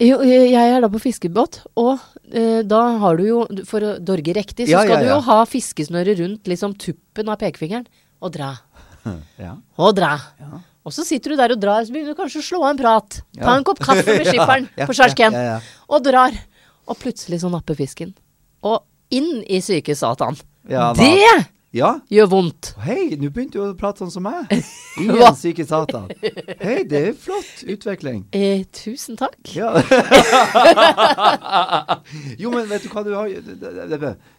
S1: Jo, jeg jeg er da på fiskebåt, og eh, da har du jo For å dorge riktig, så
S2: Ja,
S1: skal
S2: ja,
S1: du
S2: ja.
S1: jo ha fiskesnøret rundt liksom tuppen av pekefingeren, og dra.
S2: Ja.
S1: Og dra.
S2: Ja.
S1: Og så sitter du der og drar, så begynner du kanskje å slå av en prat. Ta
S2: Ja.
S1: en kopp kaffe med skipperen
S2: Ja, ja,
S1: på sjarsken,
S2: ja, ja, ja.
S1: og drar. Og plutselig så napper fisken. Og inn i syke satan.
S2: Ja, da.
S1: det
S2: ja.
S1: gjør vondt.
S2: Hei, nå begynte du å prate sånn som meg.
S1: Hva?
S2: Ingen syke satan. Hei, det er flott utvikling.
S1: Eh, tusen takk.
S2: Ja. jo, men vet du hva du har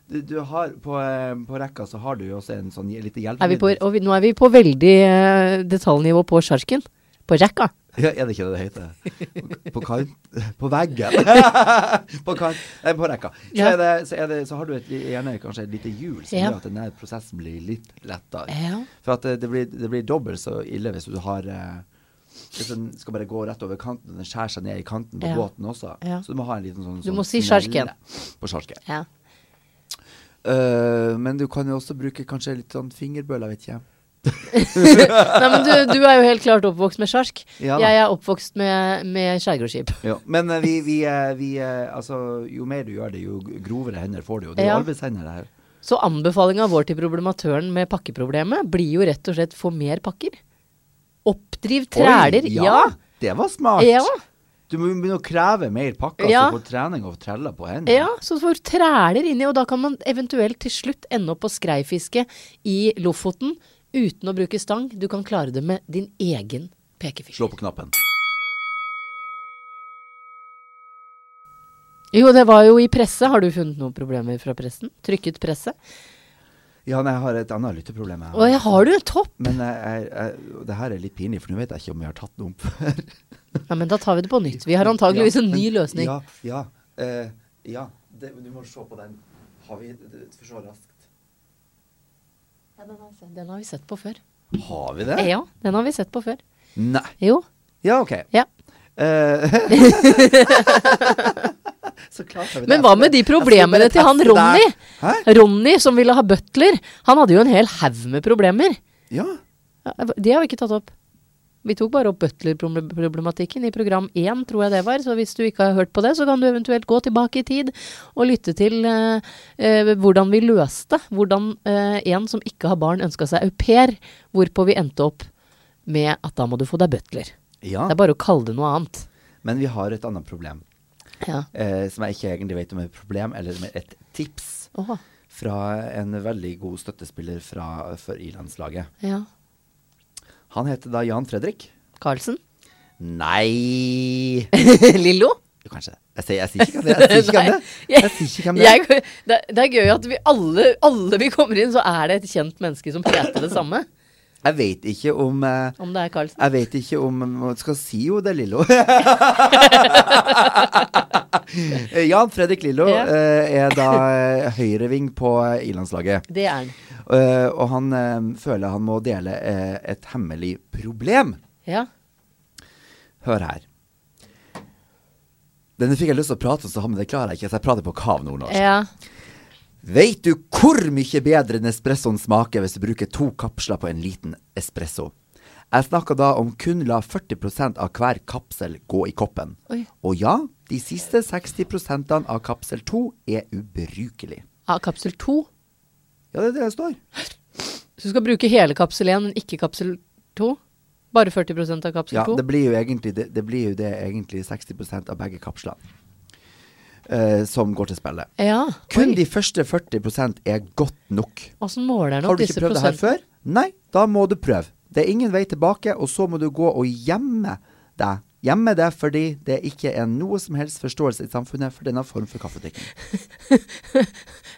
S2: Du, du har på, eh, på rekka så har du jo også en sånn lite hjelpemiddel.
S1: Er vi på, og vi, nå er vi på veldig eh, detaljnivå på sjarsken. På rekka.
S2: Ja, er det ikke det det heter? På kant På veggen. på kant Nei, på rekka. Så,
S1: Ja.
S2: er det, så, er det, så har du et, gjerne kanskje et lite hjul som
S1: Ja.
S2: gjør at denne prosessen blir litt lettere.
S1: Ja.
S2: For at eh, det blir, det blir dobbelt så ille hvis du har eh, Hvis den skal bare gå rett over kanten, den skjærer seg ned i kanten på
S1: Ja.
S2: båten også.
S1: Ja.
S2: Så du må ha en liten sånn,
S1: Du
S2: sånn
S1: må si
S2: snelle
S1: skjærsken.
S2: På sjarken.
S1: ja.
S2: Eh, men du kan jo også bruke kanskje litt sånn fingerbøl, jeg vet ikke.
S1: Nei, men du, du er jo helt klart oppvokst med sjark.
S2: Ja, da.
S1: jeg er oppvokst med, med skjærgårdsskip.
S2: Jo. Men eh, vi, vi, eh, vi eh, Altså, jo mer du gjør det, jo grovere hender får du. Og det er
S1: Ja.
S2: jo alveshender, det her.
S1: Så anbefalinga vår til problematøren med pakkeproblemet blir jo rett og slett få mer pakker. Oppdriv træler.
S2: Oi,
S1: ja.
S2: Det var smart.
S1: Ja.
S2: Du må begynne å kreve mer pakker
S1: Ja.
S2: så får trening og treller på hendene.
S1: ja. Så du får træler inni, og da kan man eventuelt til slutt ende opp på skreifiske i Lofoten uten å bruke stang. Du kan klare det med din egen pekefinger.
S2: Slå på knappen.
S1: Jo, det var jo i presse. Har du funnet noen problemer fra pressen? Trykket presse?
S2: Ja, nei, jeg har et annet lytteproblem. jeg har.
S1: Å, jeg har du en topp!
S2: Men jeg, jeg, jeg, det her er litt pinlig, for nå vet jeg ikke om vi har tatt noe om før.
S1: Nei, men da tar vi det på nytt. Vi har antageligvis
S2: Ja,
S1: en ny
S2: men-
S1: løsning.
S2: Ja. ja, eh, ja. Det, du må se på den. Har vi det- for så raskt?
S1: Den har vi sett på før.
S2: Har vi det?
S1: Ja, den har vi sett på før.
S2: Nei.
S1: Jo.
S2: Ja, OK.
S1: Ja.
S2: Eh, så klart har vi det.
S1: Men hva med de problemene
S2: Jeg
S1: til
S2: skal
S1: han
S2: bare teste
S1: Ronny?
S2: det her.
S1: Ronny som ville ha butler. Han hadde jo en hel haug med problemer.
S2: Ja.
S1: Ja, De har vi ikke tatt opp. Vi tok bare opp butler-problematikken i program én, tror jeg det var. Så hvis du ikke har hørt på det, så kan du eventuelt gå tilbake i tid og lytte til eh, eh, hvordan vi løste hvordan eh, en som ikke har barn, ønska seg au pair, hvorpå vi endte opp med at da må du få deg butler.
S2: ja.
S1: Det er bare å kalle det noe annet.
S2: Men vi har et annet problem,
S1: Ja.
S2: eh, som jeg ikke egentlig vet om er et problem, eller om er et tips
S1: Åh,
S2: fra en veldig god støttespiller fra, for I-landslaget.
S1: ja.
S2: Han heter da Jan Fredrik.
S1: Carlsen?
S2: Nei
S1: Lillo?
S2: Jo, kanskje det. Jeg sier, jeg sier ikke hvem det er. Jeg sier ikke hvem det er. Jeg sier ikke hvem det er.
S1: Jeg, det, er- det er gøy at vi alle, alle vi kommer inn, så er det et kjent menneske som heter det samme.
S2: Jeg vet ikke om eh,
S1: Om det er Carlsen.
S2: Jeg vet ikke om man skal si jo det, er Lillo. Eh, Jan Fredrik Lillo
S1: Ja.
S2: eh, er da eh, høyreving på I-landslaget.
S1: Det er han.
S2: Eh, og han eh, føler han må dele eh, et hemmelig problem.
S1: Ja.
S2: Hør her. Denne fikk jeg lyst til å prate om, så har vi det klarer jeg ikke, så jeg prater på kav nordnorsk.
S1: ja.
S2: Veit du hvor mye bedre Nespressoen smaker hvis du bruker to kapsler på en liten espresso? Jeg snakker da om kun la 40 av hver kapsel gå i koppen.
S1: Oi.
S2: Og ja, de siste 60 av kapsel 2 er ubrukelig.
S1: Ah, kapsel to.
S2: Ja, det er det det står.
S1: Så du skal bruke hele kapsel én, men ikke kapsel to? Bare 40 av kapsel
S2: Ja,
S1: to?
S2: det blir jo egentlig det, det, blir jo det egentlig 60 av begge kapslene eh, som går til spille.
S1: Ja.
S2: Kun
S1: Oi.
S2: de første 40 er godt nok.
S1: Åssen måler han
S2: Har
S1: opp
S2: du
S1: disse
S2: ikke prøvd det her
S1: prosentene?
S2: før? Nei, da må du prøve. Det er ingen vei tilbake, og så må du gå og gjemme deg. Gjemme deg fordi det ikke er noe som helst forståelse i samfunnet for denne form for kaffedrikking.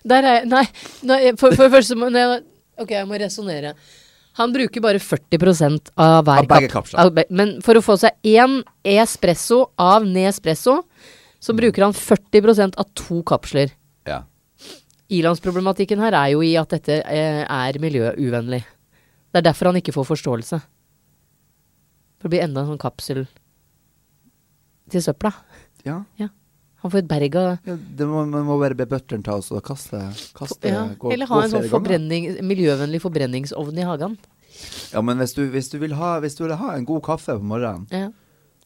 S1: Der er jeg Nei, nei jeg- for, for det første må jeg, Ok, jeg må resonnere. Han bruker bare 40 av hver
S2: Av begge
S1: kap-
S2: kapsler.
S1: av be- Men for å få seg én espresso av Nespresso,
S2: Mm.
S1: så bruker han 40 av to kapsler.
S2: Ja.
S1: Ilandsproblematikken her er jo i at dette eh, er miljøuvennlig. Det er derfor han ikke får forståelse. For det blir enda en sånn kapsel til søpla.
S2: ja.
S1: Ja. Han får et berg av
S2: det må, man må bare be butleren ta oss og kaste, kaste
S1: ja.
S2: gå-
S1: Eller
S2: gå
S1: ha en sånn
S2: flere ganger.
S1: forbrenning, miljøvennlig forbrenningsovn i hagen.
S2: Ja, men hvis du, hvis, du vil ha, hvis du vil ha en god kaffe på morgenen,
S1: Ja.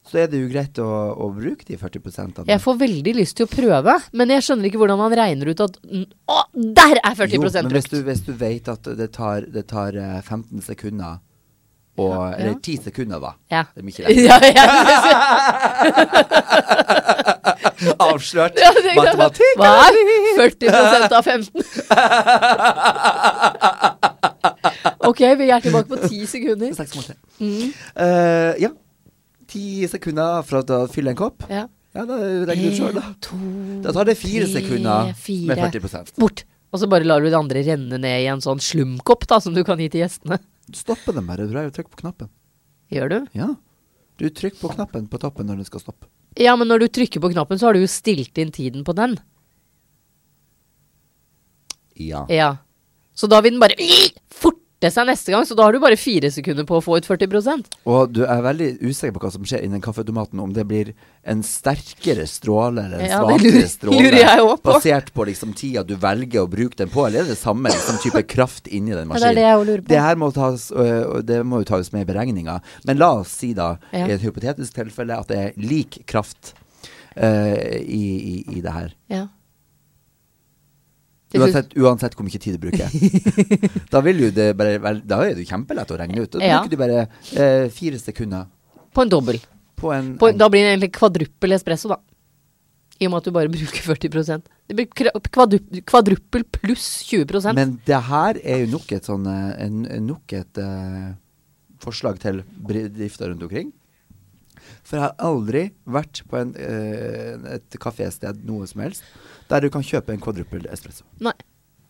S2: så er det jo greit å, å bruke de 40
S1: Jeg får veldig lyst til å prøve, men jeg skjønner ikke hvordan han regner ut at n- Å, der er 40
S2: Jo, men hvis
S1: brukt!
S2: du, hvis du vet at det tar, det tar eh, 15 sekunder, og,
S1: Ja, ja.
S2: eller 10 sekunder, da.
S1: Ja.
S2: Det er mye lettere.
S1: ja, ja.
S2: Avslørt
S1: Ja, det er klart.
S2: matematikk!
S1: Hva er 40 av 15? ok, vi er tilbake på 10 sekunder.
S2: 6,3.
S1: Mm.
S2: Eh, ja. Ti sekunder fra å fylle en kopp.
S1: Ja.
S2: Ja, da regner du sjøl, da.
S1: to,
S2: Da tar det fire
S1: tre,
S2: sekunder
S1: fire.
S2: med 40
S1: Bort! Og så bare lar du det andre renne ned i en sånn slumkopp da, som du kan gi til gjestene.
S2: Du stopper den bare. Du dreier og trykker på knappen.
S1: Gjør du?
S2: Ja. Du trykker på knappen på toppen når den skal stoppe.
S1: Ja, men når du trykker på knappen, så har du jo stilt inn tiden på den.
S2: Ja.
S1: Ja. Så da vil den bare fortere det seg neste gang, så da har du bare fire sekunder på å få ut 40
S2: Og du er veldig usikker på hva som skjer innen kaffeautomaten, om det blir en sterkere stråle eller en
S1: Ja, det
S2: svakere
S1: lurer-
S2: stråle.
S1: lurer jeg også på.
S2: Basert på liksom tida du velger å bruke den på, eller er det samme liksom, type kraft inni
S1: Ja, det
S2: den
S1: er
S2: maskinen?
S1: det jeg også lurer på.
S2: Det her må, tas, øh, det må jo tas med i beregninga. Men la oss si da,
S1: Ja.
S2: i et hypotetisk tilfelle, at det er lik kraft øh, i, i, i det her.
S1: Ja. Til slutt-
S2: Uansett, uansett hvor mye tid du bruker. da, vil jo det bare, vel, da er det jo kjempelett å regne ut. Da
S1: Ja.
S2: bruker du bare øh, fire sekunder
S1: På en dobbel.
S2: på en,
S1: På,
S2: en
S1: da blir det egentlig kvadruppel espresso, da. I og med at du bare bruker 40 Det blir kra- kvadru- kvadruppel pluss 20
S2: Men det her er jo nok et sånn eh, en- en- Nok et eh, forslag til bedrifter rundt omkring. For jeg har aldri vært på en, eh, et kafésted noe som helst der du kan kjøpe en kvadruppel espresso.
S1: Nei,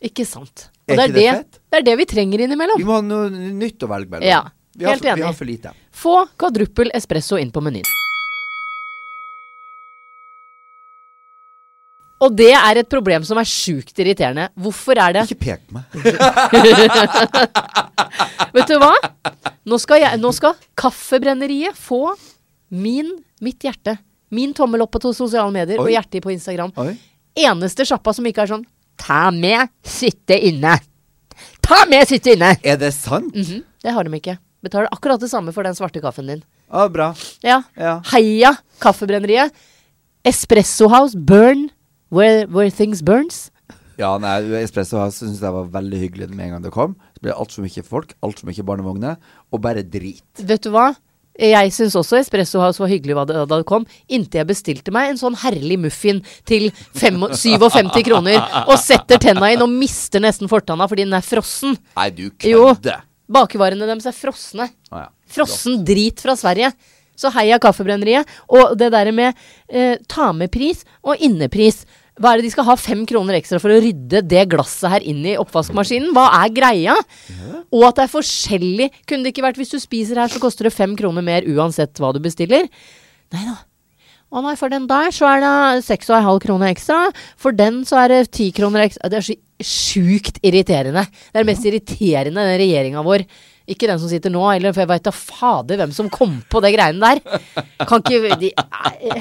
S1: ikke sant.
S2: Er
S1: Og det
S2: ikke
S1: er
S2: det
S1: det,
S2: fett?
S1: det er det vi trenger
S2: Vi
S1: innimellom.
S2: må ha noe nytt å velge mellom.
S1: Ja,
S2: vi, har
S1: helt
S2: for, vi
S1: enig.
S2: har for lite.
S1: Få kvadruppel espresso inn på menyen. Og det er et problem som er sjukt irriterende. Hvorfor er det
S2: Ikke pek på meg.
S1: Vet du hva? Nå skal, jeg, nå skal Kaffebrenneriet få min, mitt hjerte. Min tommel opp på to sosiale medier og
S2: Oi.
S1: hjerte på Instagram.
S2: Oi.
S1: Eneste sjappa som ikke er sånn Ta med, sitte inne. Ta med, sitte inne!
S2: Er det sant?
S1: Mhm, Det har de ikke. Betaler akkurat det samme for den svarte kaffen din.
S2: Ja, bra.
S1: Ja.
S2: Ja.
S1: Heia Kaffebrenneriet. Espresso House, burn where, where things burns.
S2: Ja, nei, Espresso House syntes jeg var veldig hyggelig med en gang det kom. Så ble det altfor mye folk, altfor mye barnevogner, og bare drit.
S1: Vet du hva? Jeg syns også Espresso House var hyggelig hva det, da det kom, inntil jeg bestilte meg en sånn herlig muffin til fem, 57 kroner og setter tenna inn og mister nesten fortanna fordi den er frossen.
S2: Nei, du
S1: Jo.
S2: kødder!
S1: Bakevarene deres er frosne.
S2: Å, ja.
S1: Frossen drit fra Sverige. Så heia Kaffebrenneriet. Og det der med eh, ta med pris og innepris. Hva er det de skal ha fem kroner ekstra for å rydde det glasset her inn i oppvaskmaskinen? Hva er greia? Og at det er forskjellig. Kunne det ikke vært hvis du spiser her, så koster det fem kroner mer uansett hva du bestiller? Nei da. Å nei, for den der så er det seks og en halv kroner ekstra. For den så er det ti kroner ekstra. Det er så sjukt irriterende. Det er det mest irriterende, den regjeringa vår. Ikke den som sitter nå, eller for jeg veit da fader hvem som kom på det greiene der. Kan ikke de Nei.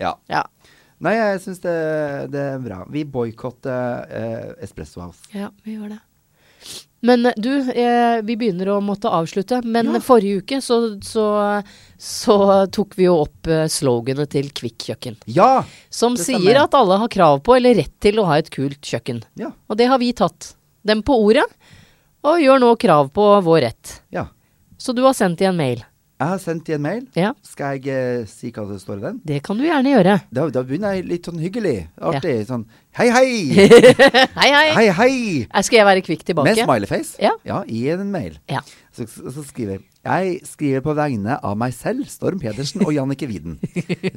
S2: Ja.
S1: Ja.
S2: Nei, jeg syns det, det er bra. Vi boikotter eh, Espresso House.
S1: ja, vi gjør det. Men eh, du, eh, vi begynner å måtte avslutte. Men
S2: Ja.
S1: forrige uke så, så, så tok vi jo opp eh, sloganet til Kvikk kjøkken.
S2: Ja!
S1: Som
S2: Det
S1: sier
S2: stemmer.
S1: at alle har krav på eller rett til å ha et kult kjøkken.
S2: Ja.
S1: Og det har vi tatt dem på ordet, og gjør nå krav på vår rett.
S2: ja.
S1: Så du har sendt i en mail.
S2: Jeg har sendt i en mail.
S1: Ja,
S2: Skal jeg eh, si hva det står i den?
S1: det kan du gjerne gjøre.
S2: Da, da begynner jeg litt sånn hyggelig. Artig. Sånn hei, hei!
S1: Hei, hei.
S2: Hei, hei!
S1: Eh, Skal jeg være kvikk tilbake?
S2: Med smileyface.
S1: Ja.
S2: i en mail.
S1: Ja.
S2: Så, så skriver jeg Jeg skriver på vegne av meg selv, Storm Pedersen og Jannike Widen.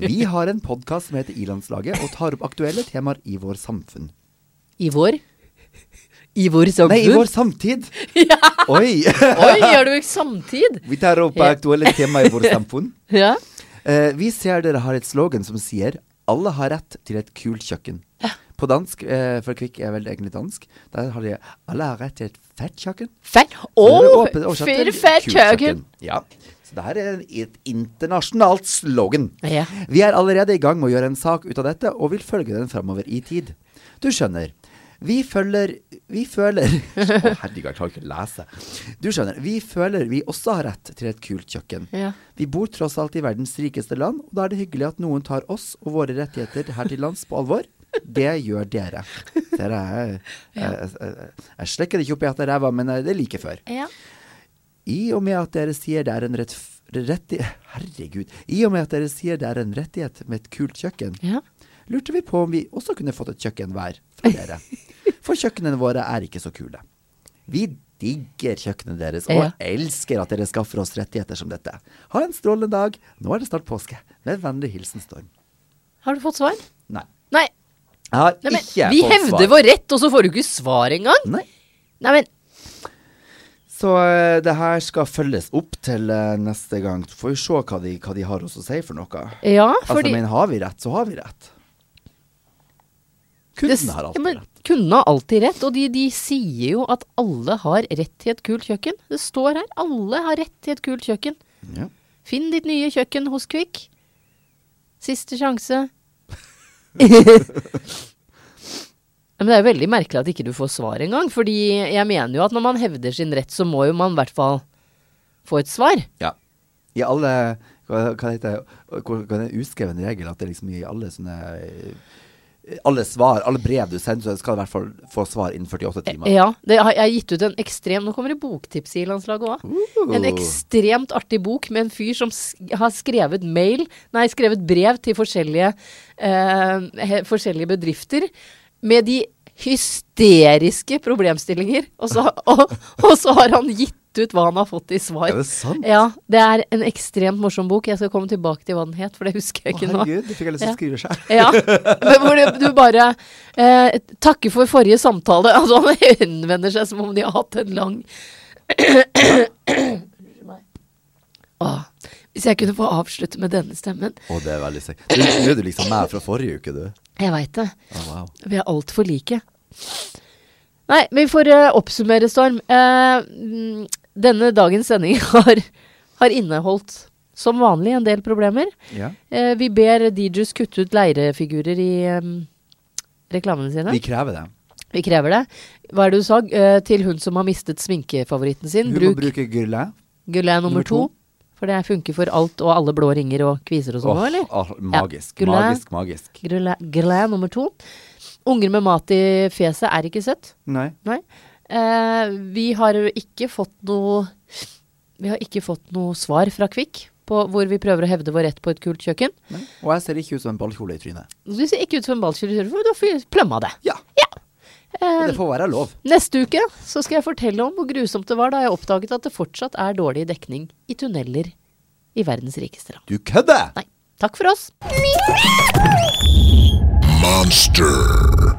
S2: Vi har en podkast som heter I-landslaget, og tar opp aktuelle temaer i vår samfunn.
S1: I vår? I vår samfunn?
S2: Nei, i vår samtid! Oi!
S1: Oi, gjør du ikke samtid?
S2: Vi tar opp
S1: Ja.
S2: aktuelle temaer i vårt samfunn.
S1: Ja.
S2: Eh, vi ser dere har et slogan som sier 'Alle har rett til et kult kjøkken'. På dansk, eh, for Kvikk er vel egentlig dansk, der har de 'Alle har rett til et fett kjøkken'.
S1: Fett.
S2: Det er
S1: Å,
S2: åpent- oversatt til
S1: fyr fett
S2: kult
S1: kjøkken.
S2: Ja. Så det her er en, et internasjonalt slogan.
S1: Ja.
S2: Vi er allerede i gang med å gjøre en sak ut av dette, og vil følge den framover i tid. Du skjønner. Vi følger Vi føler Å, herregud, jeg klarer ikke å lese. Du skjønner. Vi føler vi også har rett til et kult kjøkken.
S1: Ja.
S2: Vi bor tross alt i verdens rikeste land, og da er det hyggelig at noen tar oss og våre rettigheter her til lands på alvor. Det gjør dere. Dere er Jeg, jeg, jeg slekker det ikke opp i etter ræva, men eh, det er like før.
S1: Ja.
S2: I og med at dere sier det er en rett, retti, Herregud. I og med at dere sier det er en rettighet med et kult kjøkken,
S1: Ja.
S2: lurte vi på om vi også kunne fått et kjøkken hver fra dere. For kjøkkenene våre er ikke så kule. Vi digger kjøkkenet deres og
S1: Ja.
S2: elsker at dere skaffer oss rettigheter som dette. Ha en strålende dag. Nå er det snart påske. Med vennlig hilsen Storm.
S1: Har du fått svar?
S2: Nei.
S1: Nei.
S2: Jeg har
S1: Nei men,
S2: ikke
S1: vi
S2: fått
S1: hevder
S2: svar.
S1: vår rett, og så får du ikke svar engang?
S2: Nei.
S1: Nei, men
S2: Så eh, det her skal følges opp til eh, neste gang. Så får vi se hva de, hva de har oss å si for noe.
S1: Ja,
S2: Altså,
S1: fordi
S2: men har vi rett, så har vi rett. Kunden
S1: Det s-
S2: har
S1: ja,
S2: alltid
S1: men
S2: rett.
S1: kunne ha alltid rett, og de, de sier jo at alle har rett til et kult kjøkken. Det står her. Alle har rett til et kult kjøkken.
S2: Ja.
S1: Finn ditt nye kjøkken hos Kvikk. Siste sjanse. Ja, Men det er jo veldig merkelig at ikke du får svar engang. Fordi jeg mener jo at når man hevder sin rett, så må jo man i hvert fall få et svar.
S2: Ja. I alle Hva, hva heter det hva, hva er det uskreven regel at det liksom i alle sånne eh, Alle svar, alle brev du sender, så skal du i hvert fall få svar innen 48 timer.
S1: Ja, det har, Jeg har gitt ut en ekstrem Nå kommer det boktips i landslaget òg.
S2: Uh.
S1: En ekstremt artig bok med en fyr som sk har skrevet mail Nei, skrevet brev til forskjellige, eh, he- forskjellige bedrifter med de hysteriske problemstillinger. Og så, og, og så har han gitt ut hva han har fått i svar.
S2: Er det sant?
S1: Ja, det er en ekstremt morsom bok. Jeg skal komme tilbake til hva den het, for det husker
S2: Å,
S1: jeg ikke nå.
S2: herregud, det fikk jeg lyst til
S1: Ja.
S2: å skrive sjøl.
S1: Ja, men hvor det- du bare eh, takker for forrige samtale. Altså han henvender seg som om de har hatt en lang Åh, Ah, Hvis jeg kunne få avslutte med denne stemmen.
S2: Å, det er veldig sexy. Du- Nå er du liksom meg fra forrige uke, du.
S1: Jeg veit det.
S2: Å, wow.
S1: Vi er altfor like. Nei, men vi får eh, oppsummere, Storm. Eh, mm, denne dagens sending har, har inneholdt, som vanlig, en del problemer.
S2: Ja.
S1: Eh, vi ber DJs kutte ut leirefigurer i em, reklamene sine.
S2: Vi krever det.
S1: Vi krever det. Hva er det du sa? Eh, til hun som har mistet sminkefavoritten sin,
S2: Hun
S1: bruk
S2: må bruke gullet.
S1: Gullet nummer
S2: nummer
S1: to.
S2: to.
S1: For det funker for alt og alle blå ringer og kviser og sånn,
S2: Åh,
S1: eller?
S2: ah, magisk,
S1: Ja, gullet.
S2: magisk, magisk.
S1: Gullet gullet nummer to. Unger med mat i fjeset er ikke søtt.
S2: Nei.
S1: Nei. Eh, vi har jo ikke fått noe Vi har ikke fått noe svar fra Kvikk på hvor vi prøver å hevde vår rett på et kult kjøkken.
S2: Nei. Og jeg ser ikke ut som en ballkjole i trynet.
S1: Du ser ikke ut som en ballkjører, for da får vi plømma det.
S2: Ja,
S1: Eh,
S2: og det får være lov.
S1: Neste uke så skal jeg fortelle om hvor grusomt det var da jeg oppdaget at det fortsatt er dårlig dekning i tunneler i verdens rikeste land.
S2: Du kødder!
S1: Nei. Takk for oss.
S3: Monster.